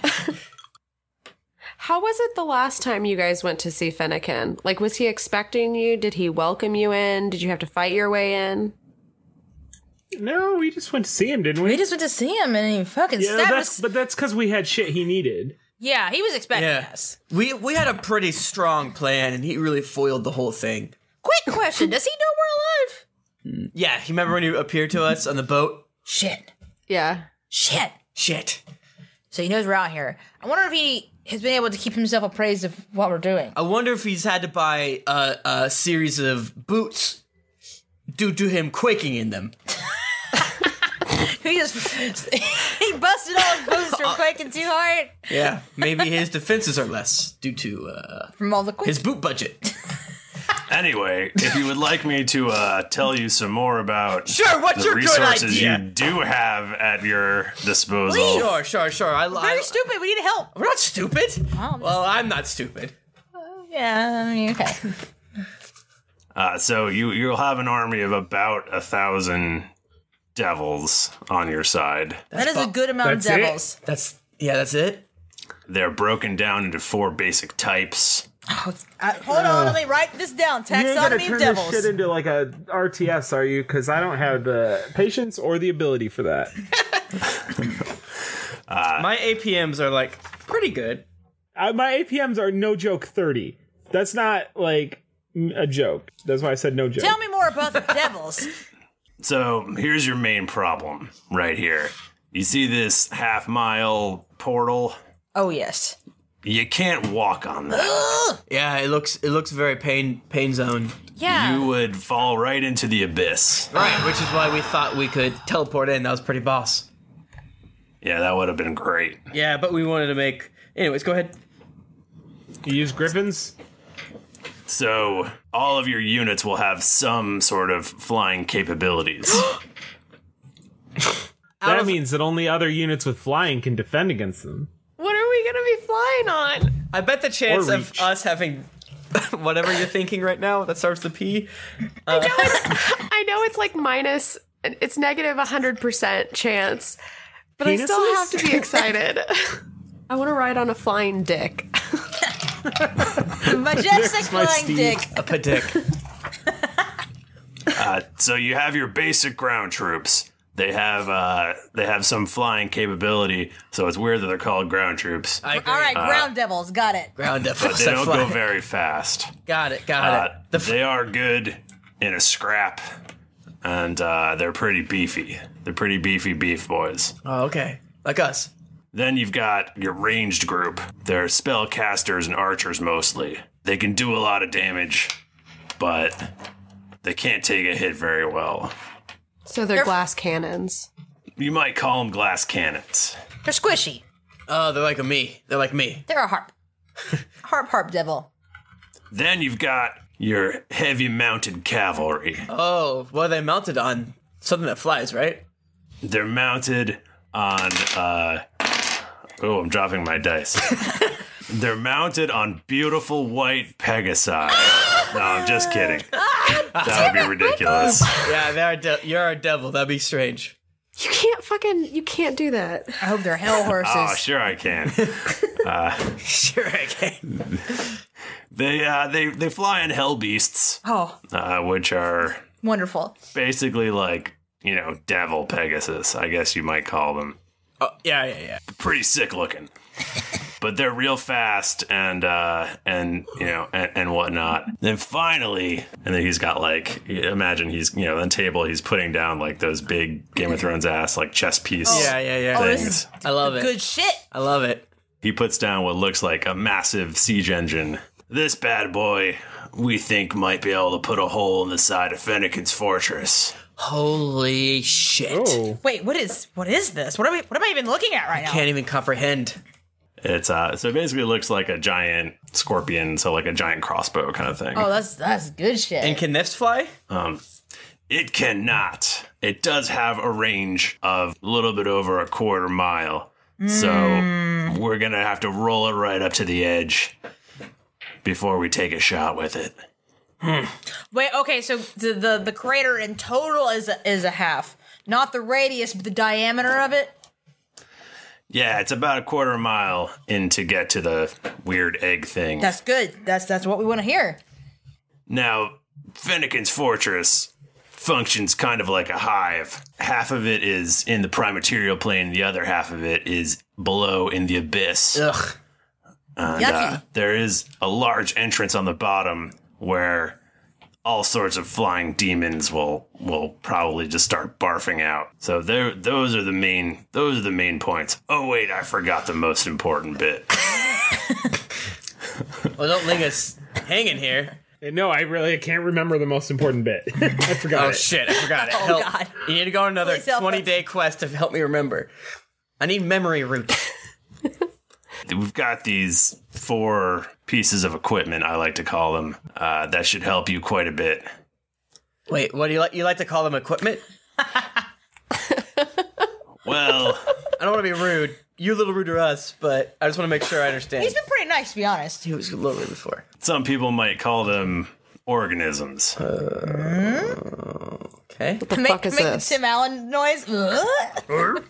Speaker 5: How was it the last time you guys went to see Finnegan? Like, was he expecting you? Did he welcome you in? Did you have to fight your way in?
Speaker 3: No, we just went to see him, didn't we?
Speaker 4: We just went to see him, and he fucking
Speaker 3: yeah,
Speaker 4: stabbed
Speaker 3: that's,
Speaker 4: us.
Speaker 3: but that's because we had shit he needed.
Speaker 4: Yeah, he was expecting
Speaker 2: Yes. We we had a pretty strong plan, and he really foiled the whole thing.
Speaker 4: Quick question: Does he know
Speaker 2: Yeah, you remember when he appeared to us on the boat?
Speaker 9: Shit.
Speaker 10: Yeah.
Speaker 9: Shit.
Speaker 2: Shit.
Speaker 9: So he knows we're out here. I wonder if he has been able to keep himself appraised of what we're doing.
Speaker 2: I wonder if he's had to buy a, a series of boots due to him quaking in them.
Speaker 9: he just he busted all his boots from quaking too hard
Speaker 2: Yeah, maybe his defenses are less due to uh,
Speaker 9: from all the
Speaker 2: his boot budget.
Speaker 1: Anyway, if you would like me to uh, tell you some more about
Speaker 2: Sure, what's
Speaker 1: the
Speaker 2: your good
Speaker 1: resources
Speaker 2: idea?
Speaker 1: you do have at your disposal,
Speaker 2: Sure, sure, sure. I
Speaker 9: Very
Speaker 2: lied.
Speaker 9: stupid. We need help. Oh,
Speaker 2: We're not stupid. Well, I'm not stupid.
Speaker 9: Yeah, I mean, okay.
Speaker 1: Uh, so you you'll have an army of about a thousand devils on your side.
Speaker 9: That is a good amount of devils.
Speaker 2: Oh, That's yeah, that's it.
Speaker 1: They're broken down into four basic types.
Speaker 4: I, Uh, hold on, let me write this down.
Speaker 3: You ain't gonna
Speaker 4: Taxonomy
Speaker 3: turn
Speaker 4: of
Speaker 3: this
Speaker 4: devils.
Speaker 3: shit into like a RTS, are you? Because I don't have the patience or the ability for that.
Speaker 4: Uh,
Speaker 2: my APMs are like pretty good.
Speaker 3: Uh, my APMs are no joke thirty. That's not like m- a joke. That's why I said no joke.
Speaker 4: Tell me more about the devils.
Speaker 1: So here's your main problem right here. You see this half mile portal?
Speaker 9: Oh yes.
Speaker 1: You can't walk on that.
Speaker 2: yeah, it looks it looks very pain pain zone.
Speaker 9: Yeah.
Speaker 1: You would fall right into the abyss.
Speaker 2: Right, which is why we thought we could teleport in. That was pretty boss.
Speaker 1: Yeah, that would have been great.
Speaker 2: Yeah, but we wanted to make. Anyways, go ahead.
Speaker 3: You use griffins.
Speaker 1: So all of your units will have some sort of flying capabilities.
Speaker 3: That means that only other units with flying can defend against them.
Speaker 11: What are we gonna be flying on?
Speaker 2: I bet the chance
Speaker 3: Or
Speaker 2: of us having whatever you're thinking right now that starts with P. uh,
Speaker 12: I know it's like minus, it's negative 100% chance, but I still
Speaker 10: Penises?
Speaker 12: have to be excited. I want to ride on a flying dick.
Speaker 2: uh,
Speaker 4: Majestic
Speaker 12: my
Speaker 4: flying
Speaker 12: Steve.
Speaker 4: dick.
Speaker 2: A pedic.
Speaker 1: uh, so you have your basic ground troops. They have uh, they have some flying capability, so it's weird that they're called ground troops.
Speaker 4: All right,
Speaker 1: Uh,
Speaker 4: ground devils. Got it.
Speaker 2: ground
Speaker 1: but they don't go very fast.
Speaker 2: Got it. Got
Speaker 1: Uh, they are good in a scrap, and uh, they're pretty beefy. They're pretty beefy beef boys.
Speaker 2: Oh, okay. Like us.
Speaker 1: Then you've got your ranged group. They're spellcasters and archers mostly. They can do a lot of damage, but they can't take a hit very well.
Speaker 12: So they're, glass cannons.
Speaker 1: You might call them glass cannons.
Speaker 4: They're squishy.
Speaker 2: Oh, they're like a me. They're like me.
Speaker 4: They're a harp. harp, harp devil.
Speaker 1: Then you've got your heavy mounted cavalry.
Speaker 2: Oh, well, they mounted on something that flies, right?
Speaker 1: They're mounted on. Uh, oh, I'm dropping my dice. They're mounted on beautiful white pegasi. no, I'm just kidding.
Speaker 2: Ah,
Speaker 1: That would be ridiculous.
Speaker 2: yeah, they're a de- you're a devil. That'd be strange.
Speaker 12: You can't fucking, you can't do that. I
Speaker 4: hope they're hell
Speaker 1: Oh, sure I can. uh,
Speaker 2: sure I can.
Speaker 1: They uh, they they fly in hell beasts,
Speaker 4: Oh,
Speaker 1: uh, which are
Speaker 4: wonderful.
Speaker 1: basically like you know devil Pegasus, I guess you might call them.
Speaker 2: Oh yeah yeah yeah.
Speaker 1: Pretty sick looking, but they're real fast and uh, and you know and, and whatnot. Then finally, and then he's got like imagine he's you know on the table he's putting down like those big Game of Thrones ass like chess piece.
Speaker 2: Oh. yeah yeah yeah.
Speaker 1: Oh. Things.
Speaker 2: I love it.
Speaker 4: Good shit.
Speaker 2: I love it.
Speaker 1: He puts down what looks like a massive siege engine. This bad boy, we think, might be able to put a hole in the side of Fennekin's fortress.
Speaker 2: Holy shit!
Speaker 3: Oh.
Speaker 4: Wait, what is what is this? What are we? What am I even looking at right now?
Speaker 2: Can't even comprehend.
Speaker 1: It's uh, so basically it looks like a giant scorpion, so like a giant crossbow kind of thing.
Speaker 4: Oh, that's that's good shit.
Speaker 2: And can this fly?
Speaker 1: Um, it cannot. It does have a range of a little bit over a quarter mile,
Speaker 4: Hmm.
Speaker 1: so we're gonna have to roll it right up to the edge before we take a shot with it.
Speaker 4: Wait, okay, so the the, the crater in total is a, is a half, not the radius, but the diameter of it.
Speaker 1: Yeah, it's about a quarter mile in to get to the weird egg thing.
Speaker 4: That's good. That's that's what we want to hear.
Speaker 1: Now, Fennekin's fortress functions kind of like a hive. Half of it is in the primaterial plane, the other half of it is below in the abyss.
Speaker 2: Ugh.
Speaker 1: And, uh,
Speaker 2: Yucky.
Speaker 1: there is a large entrance on the bottom where all sorts of flying demons will will probably just start barfing out. So there, those are the main those are the main points. Oh wait, I forgot the most important bit.
Speaker 2: Well, Oh, don't leave us hanging here.
Speaker 3: No, I really can't remember the most important bit. I forgot.
Speaker 2: Oh
Speaker 3: it.
Speaker 2: shit, I forgot it. Help. You need to go on another 20 day quest to help me remember. I need memory root.
Speaker 1: We've got these four pieces of equipment, I like to call them, uh, that should help you quite a bit.
Speaker 2: Wait, what do you like? You like to call them equipment?
Speaker 1: well,
Speaker 2: I don't want to be rude. You're a little rude to us, but I just want to make sure I understand.
Speaker 4: He's been pretty nice, to be honest.
Speaker 2: He was a little rude before.
Speaker 1: Some people might call them organisms.
Speaker 2: okay.
Speaker 1: What
Speaker 4: make make the Tim Allen noise. Ugh.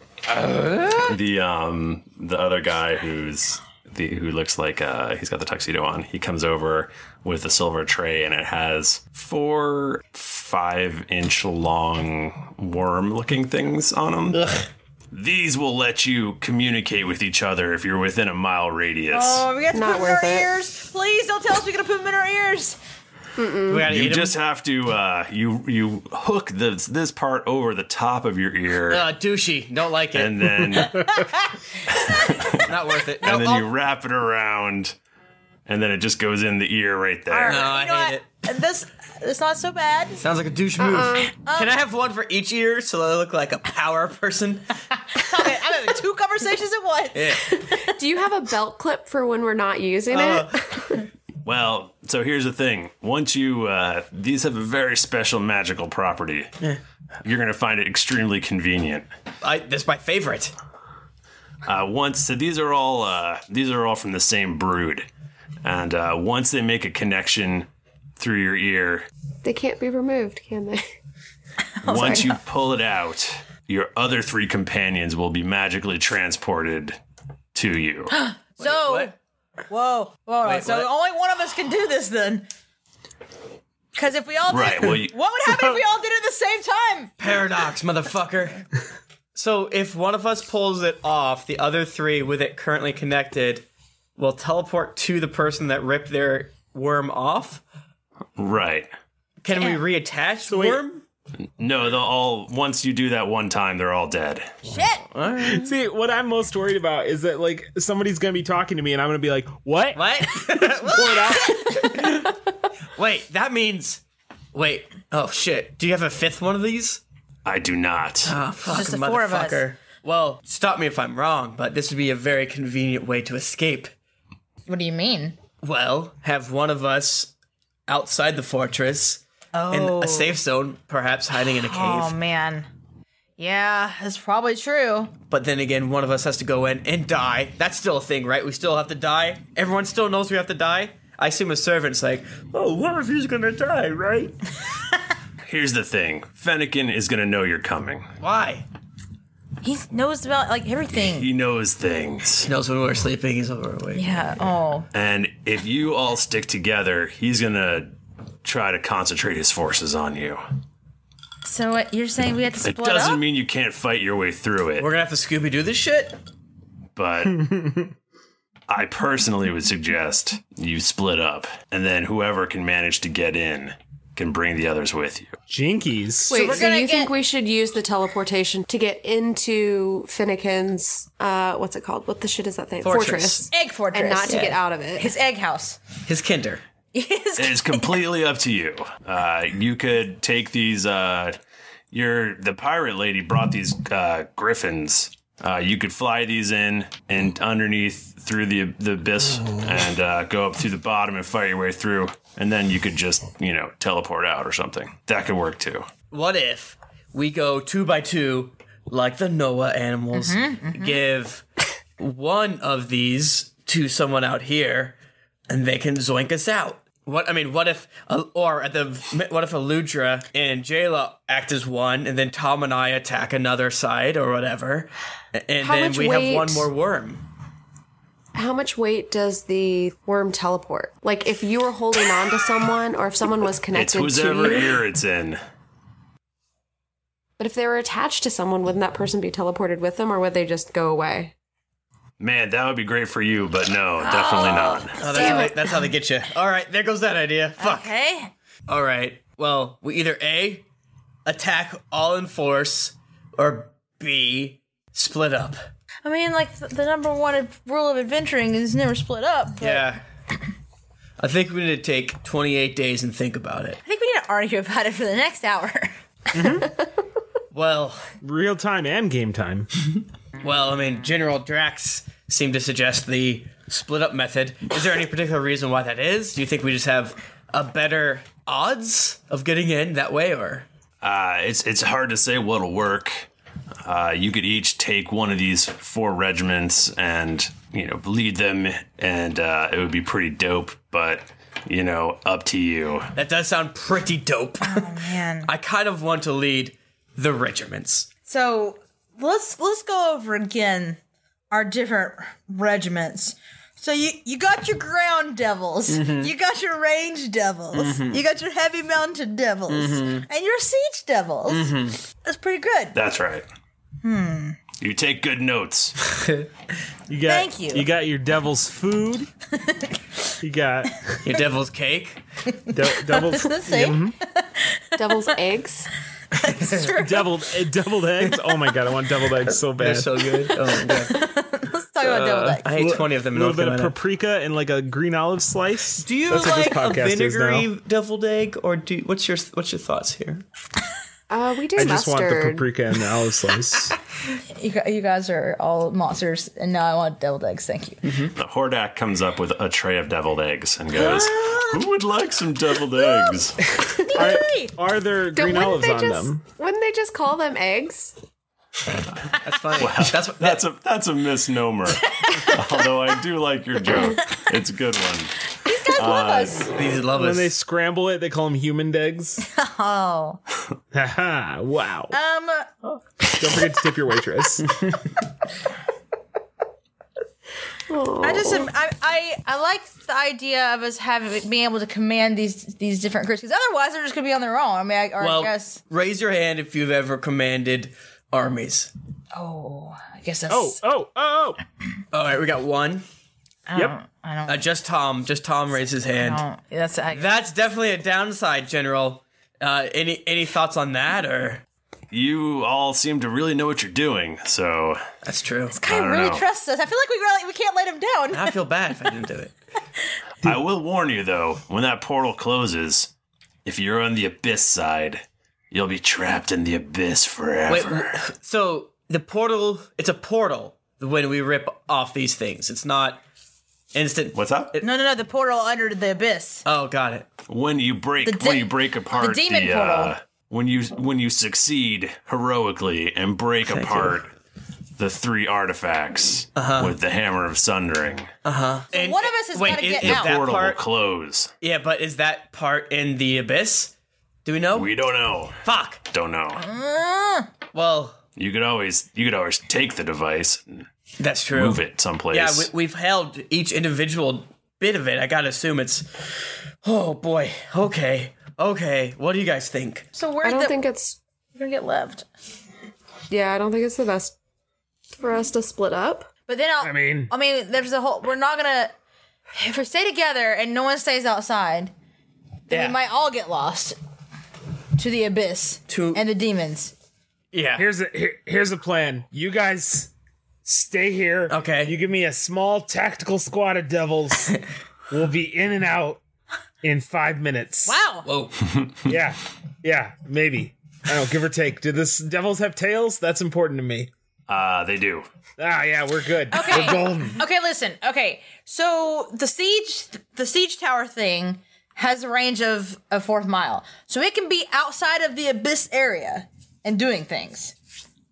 Speaker 1: the um the other guy who's the who looks like uh he's got the tuxedo on. He comes over with a silver tray and it has four five inch long worm looking things on them. These will let you communicate with each other if you're within a mile radius.
Speaker 4: Oh, we got to
Speaker 1: Not
Speaker 4: put them in
Speaker 1: worth
Speaker 4: our
Speaker 1: it.
Speaker 4: ears. Please don't tell us we're gonna put them in our ears.
Speaker 1: you just have to uh, you you hook this this part over the top of your ear.
Speaker 2: Uh, douchey, don't like it.
Speaker 1: And then-
Speaker 2: not worth it. No,
Speaker 1: and then
Speaker 2: I'll-
Speaker 1: you wrap it around, and then it just goes in the ear right there.
Speaker 4: No, I hate it. And This it's not so bad.
Speaker 2: Sounds like a douche move.
Speaker 4: Uh-uh.
Speaker 2: Can I have one for each ear so I look like a power person?
Speaker 4: Okay, I'm having two conversations at once.
Speaker 2: Yeah.
Speaker 12: Do you have a belt clip for when we're not using it?
Speaker 1: Well, so here's the thing. Once you uh, these have a very special magical property.
Speaker 2: Yeah.
Speaker 1: You're gonna find it extremely convenient.
Speaker 2: I, that's my favorite.
Speaker 1: Uh, once so these are all uh, these are all from the same brood, and uh, once they make a connection through your ear,
Speaker 13: They can't be removed, can they? Oh,
Speaker 1: once
Speaker 13: sorry.
Speaker 1: you pull it out, your other three companions will be magically transported to you.
Speaker 4: so, whoa, whoa.
Speaker 1: Wait,
Speaker 4: so
Speaker 1: what?
Speaker 4: only one of us can do this then. Because if we all did,
Speaker 2: Right, well, you-
Speaker 4: what would happen if we all did it at the same time?
Speaker 2: Paradox, motherfucker. So if one of us pulls it off, the other three with it currently connected will teleport to the person that ripped their worm off.
Speaker 1: Right.
Speaker 2: Can we reattach the worm?
Speaker 1: No, they'll all once you do that one time, they're all dead.
Speaker 3: Shit. See, what I'm most worried about is that like somebody's gonna be talking to me and I'm gonna be like, "What?
Speaker 2: What? Wait, that means. Wait. Oh shit. Do you have a fifth one of these?
Speaker 1: I do not.
Speaker 2: Oh fuck,
Speaker 4: just the
Speaker 2: motherfucker.
Speaker 4: four of us.
Speaker 2: Well, stop me if I'm wrong, but this would be a very convenient way to escape.
Speaker 4: What do you mean?
Speaker 2: Well, have one of us outside the fortress in
Speaker 4: Oh.
Speaker 2: a safe zone, perhaps hiding in a cave.
Speaker 4: Oh man, yeah, that's probably true.
Speaker 2: But then again, one of us has to go in and die. That's still a thing, right? We still have to die. Everyone still knows we have to die. I assume a servant's like, oh, one of you's gonna die, right?
Speaker 1: Here's the thing Fennekin is going to know you're coming.
Speaker 2: Why?
Speaker 4: He knows about like everything.
Speaker 1: He knows things.
Speaker 2: He knows when we're sleeping, he's over awake.
Speaker 4: Yeah. Oh.
Speaker 1: And if you all stick together, he's going to try to concentrate his forces on you.
Speaker 4: So what you're saying we have to
Speaker 1: It
Speaker 4: split
Speaker 1: doesn't
Speaker 4: up?
Speaker 1: mean you can't fight your way through it. We're
Speaker 2: going to have to Scooby Doo this shit?
Speaker 1: But I personally would suggest you split up, and then whoever can manage to get in can bring the others with you.
Speaker 3: Jinkies.
Speaker 12: Wait, so, you think we should use the teleportation to get into Finnegan's, uh, what's it called? What the shit is that thing?
Speaker 2: Fortress.
Speaker 4: Egg fortress,
Speaker 12: And not to
Speaker 4: yeah.
Speaker 12: get out of it.
Speaker 4: His egg house.
Speaker 2: His kinder.
Speaker 1: It is completely up to you. Uh, you could take these. Uh, your the pirate lady brought these uh, griffins. Uh, you could fly these in and underneath through the the abyss and uh, go up through the bottom and fight your way through. And then you could just you know teleport out or something. That could work too.
Speaker 2: What if we go two by two, like the Noah animals,
Speaker 12: Mhm, mhm.
Speaker 2: give one of these to someone out here, and they can zoink us out? What I mean, what if, uh, or at the, what if Aludra and Jayla act as one, and then Tom and I attack another side or whatever, and
Speaker 12: How
Speaker 2: then
Speaker 12: much
Speaker 2: we
Speaker 12: weight-
Speaker 2: have one more worm.
Speaker 12: How much weight does the worm teleport? Like, if you were holding on to someone, or if someone was
Speaker 1: It's
Speaker 12: connected to
Speaker 1: whoever
Speaker 12: you,
Speaker 1: ear it's in.
Speaker 12: but if they were attached to someone, wouldn't that person be teleported with them, or would they just go away?
Speaker 1: Man, that would be great for you, but no, definitely not.
Speaker 2: Oh, that's, how they, that's how they get you. All right, there goes that idea. Fuck.
Speaker 4: Okay.
Speaker 2: All right. Well, we either A, attack all in force, or B, split up.
Speaker 4: I mean, like th- the number one rule of adventuring is never split up. But
Speaker 2: Yeah. I think we need to take 28 days and think about it.
Speaker 4: I think we need to argue about it for the next hour.
Speaker 2: Well,
Speaker 3: real time and game time.
Speaker 2: well, I mean, General Drax seemed to suggest the split up method. Is there any particular reason why that is? Do you think we just have a better odds of getting in that way, or?
Speaker 1: Uh, it's it's hard to say what'll work. Uh, you could each take one of these four regiments and you know lead them, and uh, it would be pretty dope. But you know, up to you.
Speaker 2: That does sound pretty dope. Oh
Speaker 4: man.
Speaker 2: I kind of want to lead the regiments.
Speaker 4: So let's let's go over again our different regiments. So you you got your ground devils,
Speaker 3: Mm-hmm.
Speaker 14: Mhm.
Speaker 4: you got your range devils,
Speaker 14: Mhm.
Speaker 4: you got your heavy mountain devils,
Speaker 1: Mhm.
Speaker 3: Mm-hmm.
Speaker 4: and your siege devils. That's pretty good.
Speaker 1: That's right.
Speaker 4: Hmm.
Speaker 1: You take good notes.
Speaker 3: You got,
Speaker 4: Thank you.
Speaker 3: You got your devil's food. you got
Speaker 2: your devil's cake.
Speaker 3: De- devil's Mhm.
Speaker 12: Devil's eggs.
Speaker 3: deviled eh, deviled eggs. Oh my god, I want deviled eggs so bad.
Speaker 2: They're so good. Oh my god. Uh,
Speaker 4: Let's talk about deviled eggs.
Speaker 2: I ate 20 of them
Speaker 3: A
Speaker 2: in
Speaker 3: little
Speaker 2: North
Speaker 3: bit
Speaker 2: Carolina.
Speaker 3: of paprika and like a green olive slice.
Speaker 2: Do you
Speaker 3: That's what
Speaker 2: like
Speaker 3: this
Speaker 2: a
Speaker 3: podcast is now.
Speaker 2: vinegary deviled egg, or do what's your what's your thoughts here?
Speaker 12: Uh, we do
Speaker 3: I just
Speaker 12: mustard.
Speaker 3: want the paprika and the olive slice.
Speaker 4: You, gu- you guys are all monsters, and now I want deviled eggs. Thank you.
Speaker 3: Mm-hmm.
Speaker 1: The Hordak comes up with a tray of deviled eggs and goes, "Who would like some deviled eggs?"
Speaker 3: are, are there
Speaker 13: Don't-
Speaker 3: green
Speaker 13: wouldn't
Speaker 3: olives
Speaker 13: they
Speaker 3: on
Speaker 13: just-
Speaker 3: them?
Speaker 13: Wouldn't they just call them eggs?
Speaker 2: That's funny. that's
Speaker 1: that's a that's a misnomer. Although I do like your joke, it's a good one. Uh, These guys
Speaker 3: Uh, When they scramble it, they call them human eggs.
Speaker 4: Oh.
Speaker 3: Haha, wow.
Speaker 4: Um.
Speaker 3: Oh. Don't forget to tip your waitress.
Speaker 4: I just am, I, I I like the idea of us having being able to command these these different creatures because otherwise they're just gonna be on their own. I mean, I, or
Speaker 2: well,
Speaker 4: I guess
Speaker 2: raise your hand if you've ever commanded armies.
Speaker 4: oh I guess that's
Speaker 3: Oh, oh, oh,
Speaker 2: All right, we got one.
Speaker 4: I don't- Yep. I don't.
Speaker 2: Uh, just Tom. Just Tom raised his
Speaker 4: I
Speaker 2: hand.
Speaker 4: don't- that's I,
Speaker 2: That's definitely a downside, General. Uh, any any thoughts on that, or
Speaker 1: You all seem to really know what you're doing, so
Speaker 2: that's true. This
Speaker 4: guy really trusts us. I feel like we really we can't let him down.
Speaker 2: I feel bad if I didn't do it.
Speaker 1: I will warn you though, when that portal closes, if you're on the abyss side, you'll be trapped in the abyss forever.
Speaker 2: Wait, w- so the portal? It's a portal when we rip off these things. It's not instant.
Speaker 1: What's up?
Speaker 4: no, no, no. The portal under the abyss.
Speaker 2: Oh, got it.
Speaker 1: When you break,
Speaker 4: The de-
Speaker 1: when you break apart
Speaker 4: the demon
Speaker 1: uh,
Speaker 4: portal.
Speaker 1: when you when you succeed heroically and break apart the three artifacts with the hammer of sundering,
Speaker 2: Uh huh.
Speaker 4: So one of us has got to get
Speaker 1: the
Speaker 4: out.
Speaker 1: portal will close.
Speaker 2: Yeah, but is that part in the abyss? Do we know? We
Speaker 1: don't know.
Speaker 2: Fuck.
Speaker 1: Don't know.
Speaker 4: Mm.
Speaker 2: Well,
Speaker 1: You could always you could always take the device. And
Speaker 2: That's true.
Speaker 1: Move it someplace.
Speaker 2: yeah, we, we've held each individual bit of it. I gotta assume it's. Oh boy. Okay. Okay. What do you guys think?
Speaker 4: So where
Speaker 12: I don't think it's.
Speaker 4: We're gonna get left.
Speaker 12: Yeah, I don't think it's the best for us to split up.
Speaker 4: But then I'll, I mean, I mean, there's a whole. We're not gonna if we stay together and no one stays outside, then
Speaker 2: Yeah.
Speaker 4: we might all get lost to the abyss
Speaker 2: to
Speaker 4: and the demons.
Speaker 2: Yeah.
Speaker 3: Here's a here, here's a plan. You guys stay here. Okay. You give me a small tactical squad of devils. we'll be in and out in five minutes.
Speaker 4: Wow.
Speaker 2: Whoa.
Speaker 3: yeah. Yeah. Maybe. I don't give or take. Do this devils have tails? That's important to me.
Speaker 1: Uh they do.
Speaker 3: Ah yeah, we're good.
Speaker 4: Okay.
Speaker 3: We're golden.
Speaker 4: Okay, listen. Okay, so the siege, the siege tower thing has a range of a fourth mile, so it can be outside of the abyss area and doing things.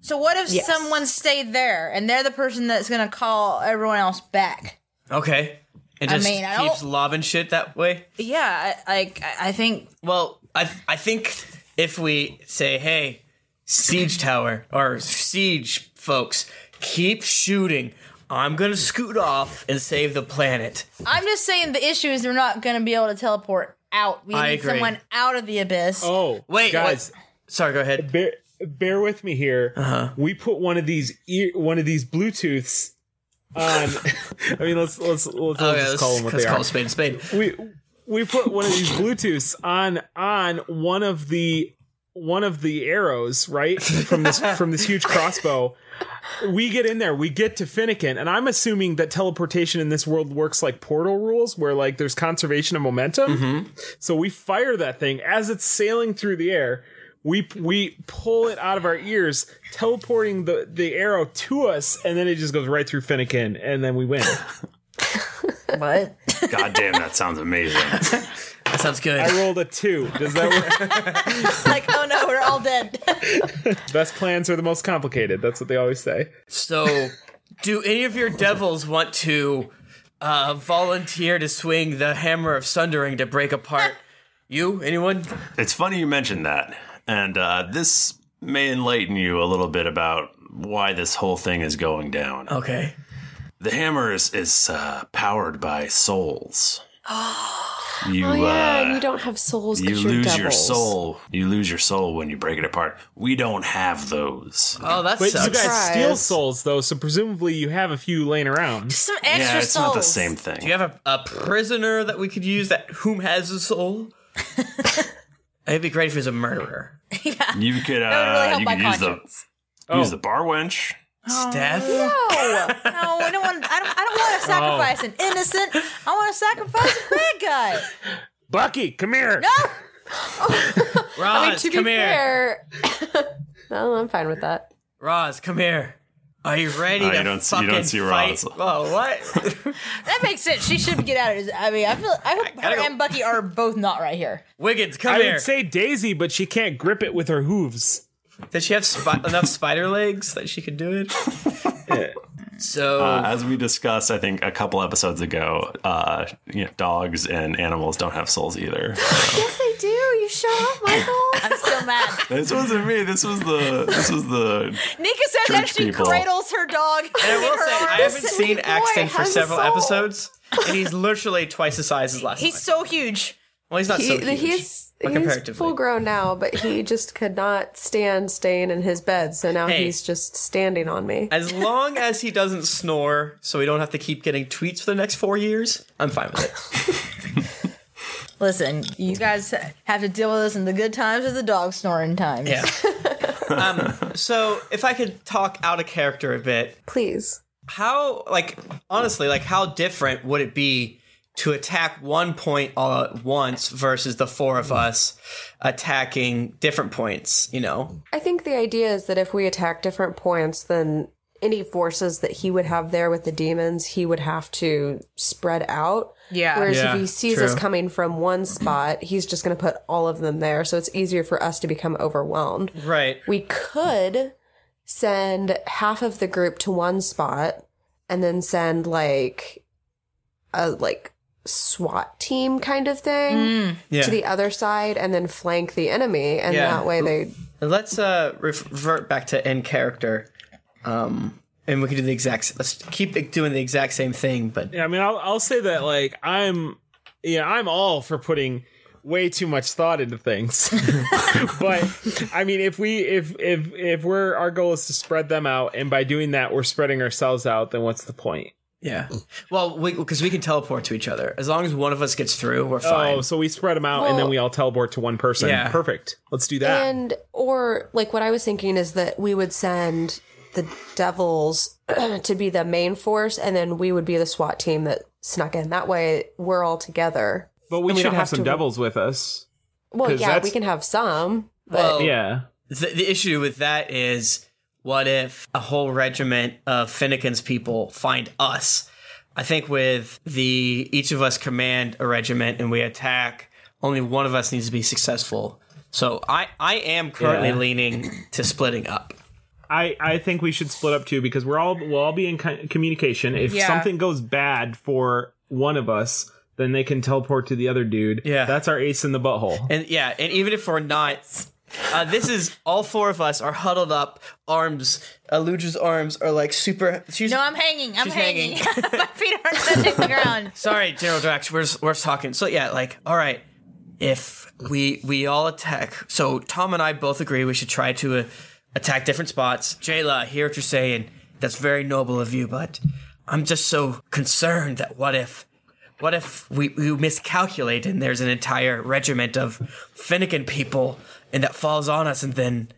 Speaker 4: So what if
Speaker 2: Yes.
Speaker 4: someone stayed there and they're the person that's gonna call everyone else back?
Speaker 2: Okay. It
Speaker 4: I
Speaker 2: just
Speaker 4: mean, I don't-
Speaker 2: keeps lobbing shit that way.
Speaker 4: Yeah, I- like I, I think.
Speaker 2: Well, I th- I think if we say, hey, siege tower or siege folks, keep shooting. I'm gonna scoot off and save the planet.
Speaker 4: I'm just saying the issue is they're not gonna be able to teleport out. We
Speaker 2: I
Speaker 4: need
Speaker 2: agree.
Speaker 4: someone out of the abyss.
Speaker 3: Oh,
Speaker 2: Wait,
Speaker 3: guys.
Speaker 2: Sorry, go ahead.
Speaker 3: Bear, bear with me here. Uh-huh. We put one of these ear, one of these Bluetooths on. I mean, let's let's let's,
Speaker 2: Okay,
Speaker 3: just
Speaker 2: let's-
Speaker 3: call them what
Speaker 2: let's
Speaker 3: they
Speaker 2: call
Speaker 3: are.
Speaker 2: a spade a spade.
Speaker 3: We we put one of these Bluetooths on on one of the one of the arrows, right? From this from this huge crossbow. We get in there, we get to Finnegan, and I'm assuming that teleportation in this world works like portal rules where like there's conservation of momentum.
Speaker 2: Mm-hmm.
Speaker 3: So we fire that thing as it's sailing through the air. We we pull it out of our ears, teleporting the, the arrow to us, and then it just goes right through Finnegan, and then we win.
Speaker 4: what?
Speaker 1: God damn, that sounds amazing.
Speaker 2: That sounds good.
Speaker 3: I rolled a two. Does that work?
Speaker 4: like, oh no, we're all dead.
Speaker 3: Best plans are the most complicated. That's what they always say.
Speaker 2: So, do any of your devils want to uh, volunteer to swing the hammer of sundering to break apart you? Anyone?
Speaker 1: It's funny you mentioned that, and uh, this may enlighten you a little bit about why this whole thing is going down.
Speaker 2: Okay.
Speaker 1: The hammer is, is uh, powered by souls. You,
Speaker 12: oh yeah,
Speaker 1: uh,
Speaker 12: and you don't have souls. 'cause
Speaker 1: you
Speaker 12: you're
Speaker 1: lose your
Speaker 12: devils.
Speaker 1: soul. You lose your soul when you break it apart. We don't have those.
Speaker 2: Oh, that
Speaker 3: Wait, you
Speaker 2: sucks.
Speaker 3: guys steal souls though, so presumably you have a few laying around.
Speaker 4: Some
Speaker 1: yeah, it's not the same thing.
Speaker 2: Do you have a, a prisoner that we could use that whom has a soul? It'd be great if he was a murderer.
Speaker 1: You could
Speaker 2: would really
Speaker 1: uh,
Speaker 2: help
Speaker 1: you
Speaker 2: my
Speaker 1: could use the
Speaker 2: conscience.
Speaker 1: use the bar wench.
Speaker 2: Oh. Steph?
Speaker 4: No, no, I don't want. I don't. I don't want to sacrifice an innocent. I want to sacrifice a bad guy.
Speaker 3: Bucky, come here.
Speaker 2: Roz,
Speaker 12: I mean, to
Speaker 2: come
Speaker 12: be
Speaker 2: here.
Speaker 12: fair, no, I'm fine with that.
Speaker 2: Roz, come here. Are you ready
Speaker 3: Ah,
Speaker 1: Uh,
Speaker 2: to
Speaker 1: you don't see- you
Speaker 2: fucking
Speaker 1: don't see
Speaker 2: fight?
Speaker 1: Roz.
Speaker 2: Whoa, what?
Speaker 4: That makes sense. She should get out of this. I mean, I feel. I hope her and Bucky are both not right here.
Speaker 2: Wiggins, come
Speaker 3: I
Speaker 2: here.
Speaker 3: would say Daisy, but she can't grip it with her hooves.
Speaker 2: Does she have spi- enough spider legs that she could do it? So,
Speaker 1: Uh, as we discussed, I think a couple episodes ago, uh, you know, dogs and animals don't have souls either.
Speaker 12: yes, I do. You shut up, Michael.
Speaker 4: I'm still mad.
Speaker 1: this wasn't me. This was the. This was the.
Speaker 4: Nika said that
Speaker 1: Church
Speaker 4: she
Speaker 1: people.
Speaker 4: cradles her dog.
Speaker 2: And I will
Speaker 4: in her
Speaker 2: say, I
Speaker 4: arms.
Speaker 2: haven't seen Axton for several episodes, and he's literally twice the size as last.
Speaker 4: He's so huge.
Speaker 2: Well, he's not so huge.
Speaker 12: He's,
Speaker 2: but
Speaker 12: he's
Speaker 2: comparatively.
Speaker 12: full grown now, but he just could not stand staying in his bed, so now
Speaker 2: Hey.
Speaker 12: he's just standing on me.
Speaker 2: As long as he doesn't snore, so we don't have to keep getting tweets for the next four years, I'm fine with it.
Speaker 4: Listen, you guys have to deal with this in the good times or the dog snoring times.
Speaker 2: Yeah. Um, so, if I could talk out of character a bit,
Speaker 12: please.
Speaker 2: How, like, honestly, like, how different would it be to attack one point all at once versus the four of us attacking different points? You know,
Speaker 12: I think the idea is that if we attack different points, then any forces that he would have there with the demons, he would have to spread out.
Speaker 4: Yeah.
Speaker 12: Whereas
Speaker 4: Yeah,
Speaker 12: if he sees us
Speaker 4: true.
Speaker 12: coming from one spot, he's just going to put all of them there. So it's easier for us to become overwhelmed.
Speaker 2: right?
Speaker 12: We could send half of the group to one spot and then send like a like SWAT team kind of thing
Speaker 2: Mm. Yeah.
Speaker 12: to the other side and then flank the enemy and
Speaker 2: Yeah.
Speaker 12: that way they
Speaker 2: Let's uh revert back to in character, um, and we can do the exact. Let's keep doing the exact same thing, but
Speaker 3: Yeah, I mean, I'll, I'll say that like I'm, yeah, I'm all for putting way too much thought into things. but I mean, if we if if if we're our goal is to spread them out, and by doing that we're spreading ourselves out, then what's the point?
Speaker 2: yeah. Well, because we, can teleport to each other as long as one of us gets through, we're fine.
Speaker 3: Oh, so we spread them out, and then
Speaker 12: Well-
Speaker 3: we all teleport to one person.
Speaker 2: Yeah.
Speaker 3: perfect. Let's do that.
Speaker 12: And or like what I was thinking is that we would send the devils to be the main force, and then we would be the SWAT team that snuck in. That way, we're all together.
Speaker 3: but we
Speaker 12: And
Speaker 3: should
Speaker 12: don't
Speaker 3: have, some
Speaker 12: to-
Speaker 3: devils with us.
Speaker 12: Well,
Speaker 3: 'cause
Speaker 12: yeah,
Speaker 3: that's-
Speaker 12: we can have some. But
Speaker 2: Well,
Speaker 3: yeah.
Speaker 2: The, the issue with that is, what if a whole regiment of Finnegan's people find us? I think with the each of us command a regiment and we attack, only one of us needs to be successful. So I I am currently
Speaker 3: Yeah.
Speaker 2: leaning to splitting up.
Speaker 3: I, I think we should split up too because we're all we'll all be in co- communication. If
Speaker 2: Yeah.
Speaker 3: something goes bad for one of us, then they can teleport to the other dude. Yeah, that's our ace in the butthole.
Speaker 2: And yeah, and even if we're not, uh, this is all four of us are huddled up, arms. Aluja's arms are like super. She's
Speaker 4: No, I'm hanging. I'm
Speaker 2: She's
Speaker 4: hanging. My feet aren't touching the ground.
Speaker 2: Sorry, General Drax. We're we're talking. So yeah, like all right, if we we all attack. So Tom and I both agree we should try to uh, attack different spots. Jayla, I hear what you're saying. That's very noble of you, but I'm just so concerned that what if What if we, you miscalculate and there's an entire regiment of Finnegan people and that falls on us and then.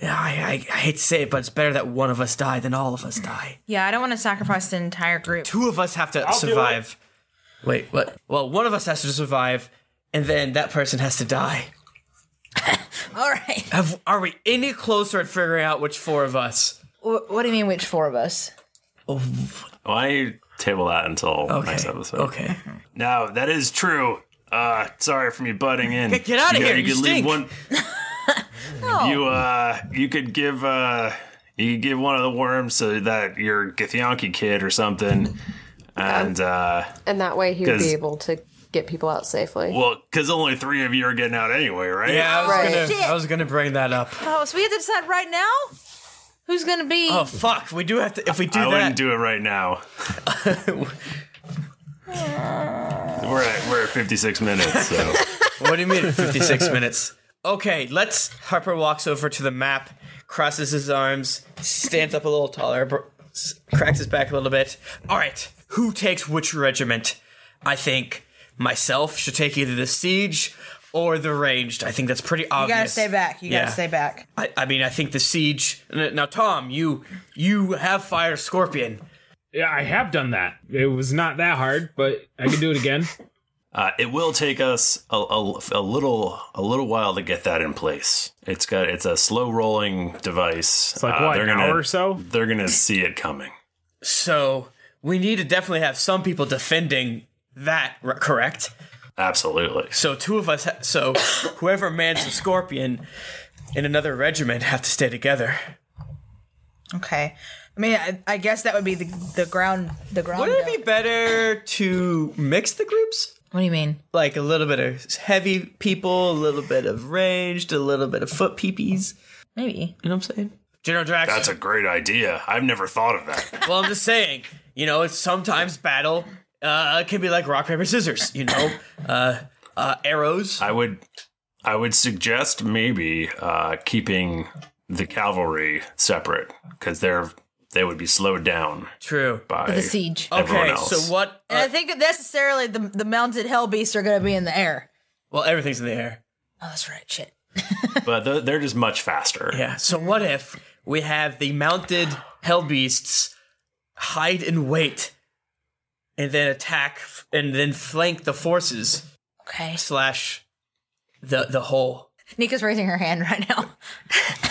Speaker 2: Yeah, I, I, I hate to say it, but it's better that one of us die than all of us die.
Speaker 4: Yeah, I don't want to sacrifice the entire group.
Speaker 2: Two of us have to survive. Wait, what? Well, one of us has to survive and then that person has to die.
Speaker 4: All right.
Speaker 2: Have, are we any closer at figuring out which four of us?
Speaker 4: Wh- What do you mean, which four of us?
Speaker 1: Why don't you table that until next episode?
Speaker 2: Okay.
Speaker 1: No, that is true. Uh, sorry for me butting in.
Speaker 2: Get- get outta
Speaker 1: You-
Speaker 2: here,
Speaker 1: You,
Speaker 2: you
Speaker 1: could leave
Speaker 2: stink.
Speaker 1: one. You uh, you could give uh, you could give one of the worms to that your Githyanki kid or something, and uh,
Speaker 13: And that way he would
Speaker 1: 'Cause-
Speaker 13: be able to get people out safely.
Speaker 1: well, because only three of you are getting out anyway, right?
Speaker 2: Yeah, I was
Speaker 13: Right.
Speaker 2: gonna I was gonna bring that up.
Speaker 4: Oh, so we have to decide right now who's gonna be.
Speaker 2: Oh fuck, we do have to if we do
Speaker 1: I
Speaker 2: that.
Speaker 1: wouldn't do it right now. we're at we're at fifty six minutes, so
Speaker 2: what do you mean 56 minutes? Okay, let's. Harper walks over to the map, crosses his arms, stands up a little taller, br- s- cracks his back a little bit. All right, who takes which regiment? I think myself should take either the siege or the ranged. I think that's pretty
Speaker 4: you
Speaker 2: obvious.
Speaker 4: gotta stay back. You
Speaker 2: Yeah.
Speaker 4: gotta stay back.
Speaker 2: I, I mean, I think the siege. n- Now, Tom, you you have fire scorpion.
Speaker 3: Yeah, I have done that. It was not that hard, but I can do it again.
Speaker 1: Uh, it will take us a, a, a little a little while to get that in place. It's got it's a slow rolling device. It's
Speaker 3: like, what, an hour or
Speaker 1: so. They're gonna see it coming.
Speaker 2: So we need to definitely have some people defending that, r- correct?
Speaker 1: Absolutely.
Speaker 2: So two of us, ha- so whoever mans the scorpion in another regiment have to stay together.
Speaker 4: Okay. I mean, I, I guess that would be the the ground the ground.
Speaker 2: Wouldn't it be better to mix the groups?
Speaker 4: What do you mean?
Speaker 2: Like a little bit of heavy people, a little bit of ranged, a little bit of foot peepees.
Speaker 4: Maybe.
Speaker 2: You know what I'm saying? General Drax.
Speaker 1: That's a great idea. I've never thought of that.
Speaker 2: well, I'm just saying, you know, it's sometimes battle uh, can be like rock, paper, scissors, you know? Uh, uh, arrows.
Speaker 1: I would I would suggest maybe uh, keeping the cavalry separate because they're they would be slowed down.
Speaker 2: True.
Speaker 1: By
Speaker 4: The siege.
Speaker 1: everyone else.
Speaker 2: what? Uh,
Speaker 4: and I think that necessarily the the mounted hell beasts are gonna be in the air.
Speaker 2: Well, everything's in the air.
Speaker 4: Oh, that's right. Shit.
Speaker 1: but they're, they're just much faster.
Speaker 2: Yeah. So what if we have the mounted hell beasts hide and wait, and then attack f- and then flank the forces?
Speaker 4: Okay.
Speaker 2: Slash the the whole.
Speaker 4: Nika's raising her hand right now.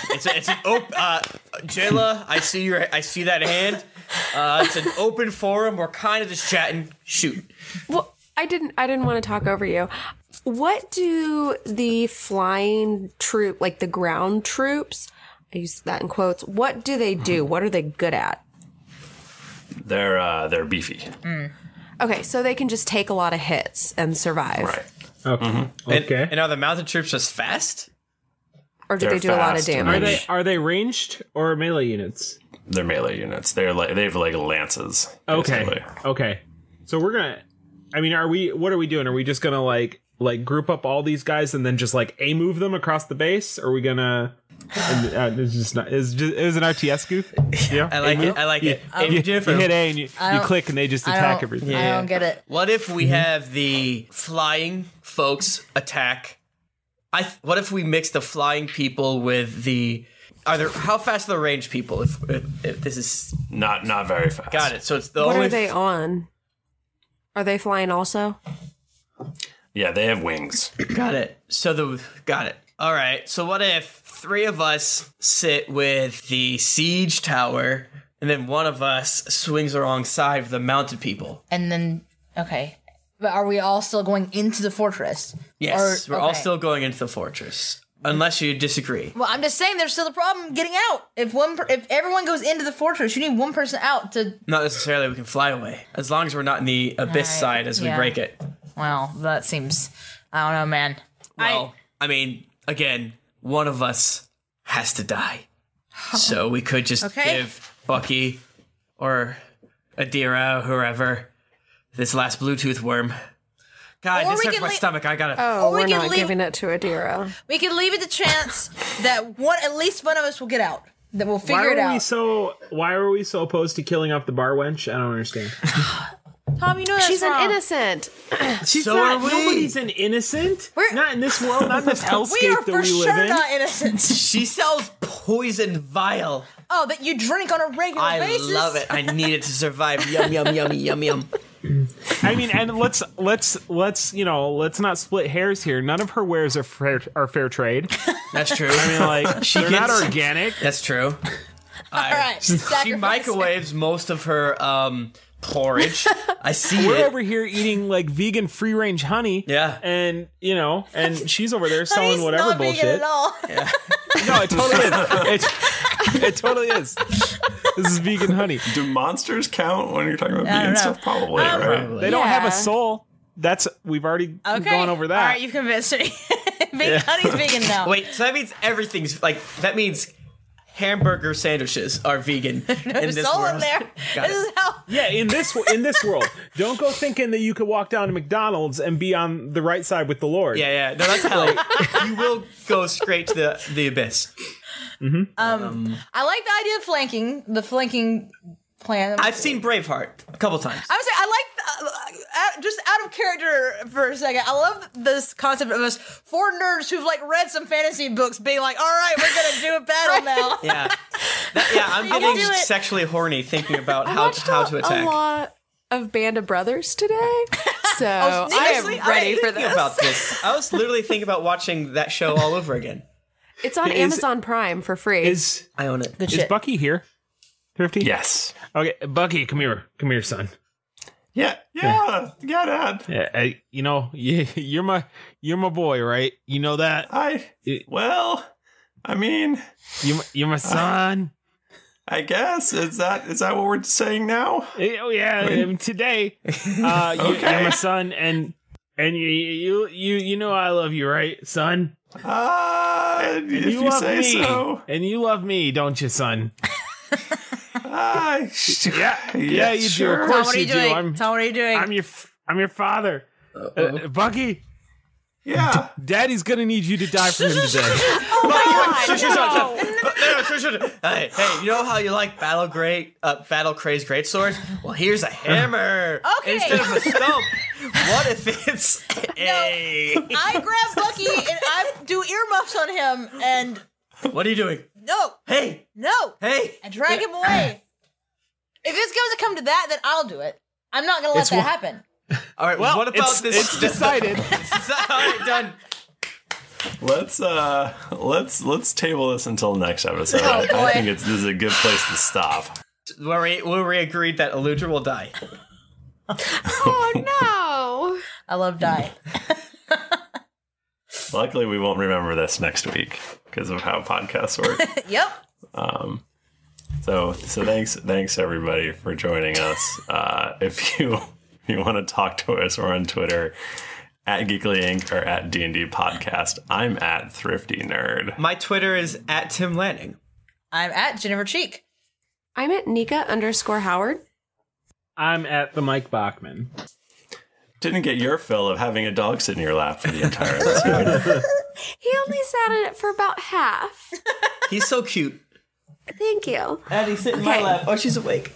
Speaker 2: It's a, it's an open. Uh, Jayla, I see your I see that hand. Uh, it's an open forum. We're kind of just chatting. Shoot.
Speaker 12: Well, I didn't. I didn't want to talk over you.
Speaker 15: What do the flying troop, like the ground troops, I use that in quotes, what do they do? What are they good at?
Speaker 1: They're uh, they're beefy.
Speaker 4: Hmm.
Speaker 15: Okay, so they can just take a lot of hits and survive.
Speaker 1: Right.
Speaker 3: Okay.
Speaker 1: Mm-hmm.
Speaker 2: Okay. And, are the mounted troops just fast?
Speaker 15: Or do
Speaker 1: They're
Speaker 15: they do a lot of
Speaker 1: fast and
Speaker 15: damage?
Speaker 3: Are they are they ranged or melee units?
Speaker 1: They're melee units. They're like they have like lances.
Speaker 3: Okay.
Speaker 1: basically.
Speaker 3: Okay. So we're gonna. I mean, are we? What are we doing? Are we just gonna like like group up all these guys and then just like a move them across the base? Are we gonna? And, uh, it's just not. Is just is an RTS goof? Yeah.
Speaker 2: I like
Speaker 3: A-move?
Speaker 2: it. I like
Speaker 3: You-
Speaker 2: it.
Speaker 3: You, you
Speaker 2: Different.
Speaker 3: hit A and you,
Speaker 4: Um, I
Speaker 3: you
Speaker 4: don't-
Speaker 3: click and they just
Speaker 4: I
Speaker 3: attack
Speaker 4: don't-
Speaker 3: everything. Mm-hmm.
Speaker 4: I don't get it.
Speaker 2: What if we have the flying folks attack? I. Th- what if we mix the flying people with the? Are there how fast are the range people? If, if, if this is
Speaker 1: Not not very fast.
Speaker 2: got it, so it's the
Speaker 15: what
Speaker 2: only.
Speaker 15: are they on? Are they flying also?
Speaker 1: Yeah, they have wings.
Speaker 2: Got it. So the got it. All right. So what if three of us sit with the siege tower, and then one of us swings alongside the mounted people?
Speaker 4: And then okay, but are we all still going into the fortress?
Speaker 2: Yes,
Speaker 4: Or-
Speaker 2: we're all
Speaker 4: okay.
Speaker 2: still going into the fortress, unless you disagree.
Speaker 4: Well, I'm just saying, there's still a problem getting out. If one, per- if everyone goes into the fortress, you need one person out to.
Speaker 2: Not necessarily. We can fly away as long as we're not in the abyss
Speaker 4: Alright,
Speaker 2: side as we
Speaker 4: yeah.
Speaker 2: break it.
Speaker 4: Well, that seems. I don't know, man.
Speaker 2: Well, I, mean, again, one of us has to die. So we could just
Speaker 4: Okay.
Speaker 2: give Bucky or Adira, whoever, this last Bluetooth worm. God,
Speaker 4: Or
Speaker 2: this
Speaker 4: we
Speaker 2: hurts
Speaker 4: can
Speaker 2: my
Speaker 4: lea-
Speaker 2: stomach. I gotta.
Speaker 15: Oh,
Speaker 4: Or we
Speaker 15: we are
Speaker 4: can
Speaker 15: not
Speaker 4: leave-
Speaker 15: giving it to Adira.
Speaker 4: We can leave it to chance that one, at least one of us will get out. That we'll
Speaker 3: why
Speaker 4: figure
Speaker 3: are
Speaker 4: it out.
Speaker 3: we so? Why are we so opposed to killing off the bar wench? I don't understand.
Speaker 4: Tom, you know that's
Speaker 12: She's an
Speaker 4: wrong.
Speaker 12: innocent.
Speaker 3: She's not, Nobody's an innocent. not in this world. Not in this hellscape that we live in.
Speaker 4: innocent.
Speaker 2: she sells poison vial.
Speaker 4: Oh, that you drink on a regular
Speaker 2: I
Speaker 4: basis.
Speaker 2: love it. I need it to survive. yum yum yummy yum yum.
Speaker 3: I mean, and let's let's let's you know let's not split hairs here. None of her wares are fair are fair trade.
Speaker 2: That's true.
Speaker 3: I mean, like
Speaker 2: She
Speaker 3: they're not
Speaker 2: gets-
Speaker 3: organic.
Speaker 2: That's true. All
Speaker 4: right.
Speaker 2: She microwaves most of her um porridge. I see
Speaker 3: We're
Speaker 2: it.
Speaker 3: over here eating like vegan free range honey. Yeah, and you know, and she's over there selling
Speaker 4: Honey's
Speaker 3: whatever
Speaker 4: not vegan
Speaker 3: bullshit.
Speaker 4: at all.
Speaker 3: No, it totally is. It, it totally is. This is vegan honey.
Speaker 1: Do monsters count when you're talking about
Speaker 4: I
Speaker 1: vegan
Speaker 4: don't know.
Speaker 1: stuff? Probably,
Speaker 4: Um,
Speaker 1: right?
Speaker 4: Probably.
Speaker 3: They don't have
Speaker 4: Yeah.
Speaker 3: a soul. That's we've already
Speaker 4: Okay.
Speaker 3: gone over that.
Speaker 4: All right, you've convinced me. Big
Speaker 2: Yeah.
Speaker 4: honey's vegan now.
Speaker 2: Wait, so that means everything's like that means hamburger sandwiches are vegan in
Speaker 4: There's
Speaker 2: this
Speaker 4: soul
Speaker 2: world.
Speaker 4: in there.
Speaker 2: Got
Speaker 4: This
Speaker 2: it.
Speaker 4: is how.
Speaker 3: Yeah, in this in this world, don't go thinking that you could walk down to McDonald's and be on the right side with the Lord.
Speaker 2: Yeah, yeah, no, that's hell. you will go straight to the, the abyss. Mm-hmm.
Speaker 4: Um, I like the idea of flanking. The flanking plan.
Speaker 2: I've seen Braveheart a couple times.
Speaker 4: I would say I like the, uh, uh, just out of character for a second. I love this concept of us four nerds who've like read some fantasy books being like, "All right, we're gonna do a battle now."
Speaker 2: Yeah, That- yeah, I'm
Speaker 4: You can
Speaker 2: getting
Speaker 4: do it.
Speaker 2: sexually horny thinking about how to, how to
Speaker 12: A
Speaker 2: attack.
Speaker 12: lot of Band of Brothers today. So
Speaker 2: Oh,
Speaker 12: I am
Speaker 2: seriously?
Speaker 12: ready
Speaker 2: didn't
Speaker 12: for
Speaker 2: think
Speaker 12: this.
Speaker 2: About this, I was literally thinking about watching that show all over again.
Speaker 12: It's on
Speaker 2: Is-
Speaker 12: Amazon Prime for free.
Speaker 3: Is
Speaker 2: I own it.
Speaker 3: Is Bucky here? Thrifty?
Speaker 1: Yes.
Speaker 3: Okay, Bucky, come here. Come here, son.
Speaker 1: Yeah, yeah, yeah, Dad.
Speaker 3: Yeah, I, you know, you, you're my you're my boy, right? You know that.
Speaker 1: I well, I mean,
Speaker 3: Uh, you you're my son.
Speaker 1: I guess is that is that what we're saying now?
Speaker 3: Oh yeah, um, today. Uh, you,
Speaker 1: Okay.
Speaker 3: You're my son, and and you you you you know I love you, right, son?
Speaker 1: Uh,
Speaker 3: And
Speaker 1: if you say
Speaker 3: me,
Speaker 1: so.
Speaker 3: and you love me, don't you, son?
Speaker 1: I
Speaker 3: yeah, yeah, you do. Of course
Speaker 4: Tom, what are you,
Speaker 3: do.
Speaker 4: doing?
Speaker 3: I'm,
Speaker 4: Tom, what are you doing?
Speaker 3: I'm your f- I'm your father, uh, Bucky.
Speaker 1: Yeah,
Speaker 3: Daddy's gonna need you to die for him today.
Speaker 2: Shut, shut, shut, shut. But- no, no, shut, shut. Hey, hey, you know how you like battle great, uh, battle craze great swords? Well, here's a hammer
Speaker 4: Okay.
Speaker 2: instead of a stump. What if it's a?
Speaker 4: I grab Bucky and I do earmuffs on him, and
Speaker 2: What are you doing?
Speaker 4: no,
Speaker 2: Hey,
Speaker 4: no,
Speaker 2: hey!
Speaker 4: I drag him away. If it's going to come to that, then I'll do it. I'm not going to let
Speaker 2: It's
Speaker 4: that
Speaker 2: one-
Speaker 4: happen.
Speaker 2: All right.
Speaker 1: Well,
Speaker 2: what about
Speaker 1: it's-
Speaker 2: this?
Speaker 1: it's decided.
Speaker 2: It's not- all right, done.
Speaker 1: Let's uh let's let's table this until next episode.
Speaker 2: Oh, boy.
Speaker 1: I think it's this is a good place to stop.
Speaker 2: Where we, where we agreed that Eludra will die.
Speaker 4: Oh no! I love dying.
Speaker 1: Luckily, we won't remember this next week because of how podcasts work.
Speaker 4: yep.
Speaker 1: Um, so so thanks thanks everybody for joining us. Uh, if you if you want to talk to us, we're on Twitter at Geekly Inc. or at D and D Podcast. I'm at Thrifty Nerd.
Speaker 2: My Twitter is at Tim Lanning.
Speaker 4: I'm at Jennifer Cheek.
Speaker 12: I'm at Nika underscore Howard.
Speaker 3: I'm at the Mike Bachman.
Speaker 1: Didn't get your fill of having a dog sit in your lap for the entire episode.
Speaker 12: He only sat in it for about half.
Speaker 2: He's so cute.
Speaker 12: Thank you.
Speaker 2: Addie's sitting
Speaker 12: Okay.
Speaker 2: Oh, she's awake.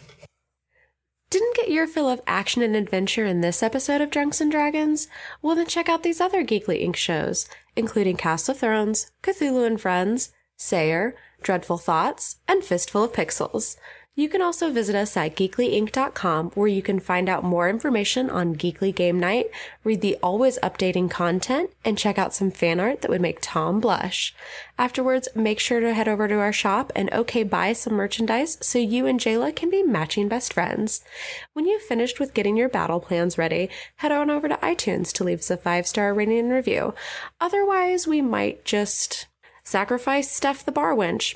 Speaker 12: Didn't get your fill of action and adventure in this episode of Drunks and Dragons? Well, then check out these other Geekly Inc. shows, including Cast of Thrones, Cthulhu and Friends, Sayer, Dreadful Thoughts, and Fistful of Pixels. You can also visit us at geeklyinc.com where you can find out more information on Geekly Game Night, read the always updating content, and check out some fan art that would make Tom blush. Afterwards, make sure to head over to our shop and okay buy some merchandise so you and Jayla can be matching best friends. When you've finished with getting your battle plans ready, head on over to iTunes to leave us a five star rating and review. Otherwise, we might just sacrifice Steph the Bar Wench.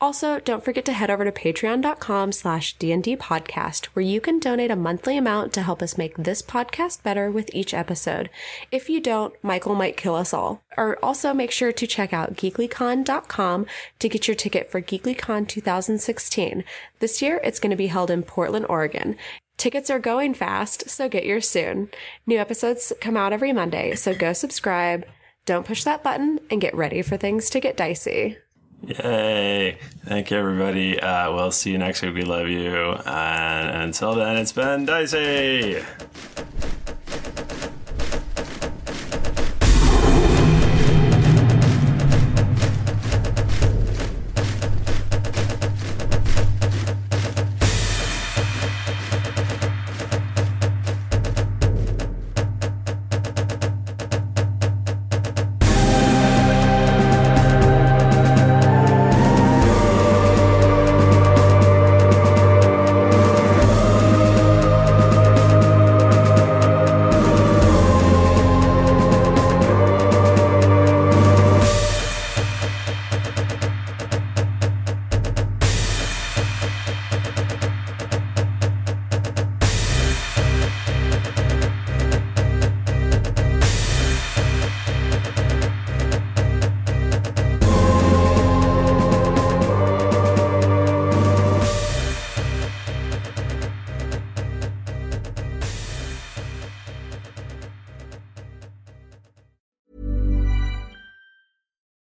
Speaker 12: Also, don't forget to head over to patreon.com slash DND podcast, where you can donate a monthly amount to help us make this podcast better with each episode. If you don't, Michael might kill us all. Or also make sure to check out geeklycon.com to get your ticket for GeeklyCon 2016. This year, it's going to be held in Portland, Oregon. Tickets are going fast, so get yours soon. New episodes come out every Monday, so go subscribe, don't push that button, and get ready for things to get dicey.
Speaker 1: Yay. Thank you, everybody. Uh, we'll see you next week. We love you. And until then, it's been Dicey.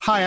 Speaker 9: Hi,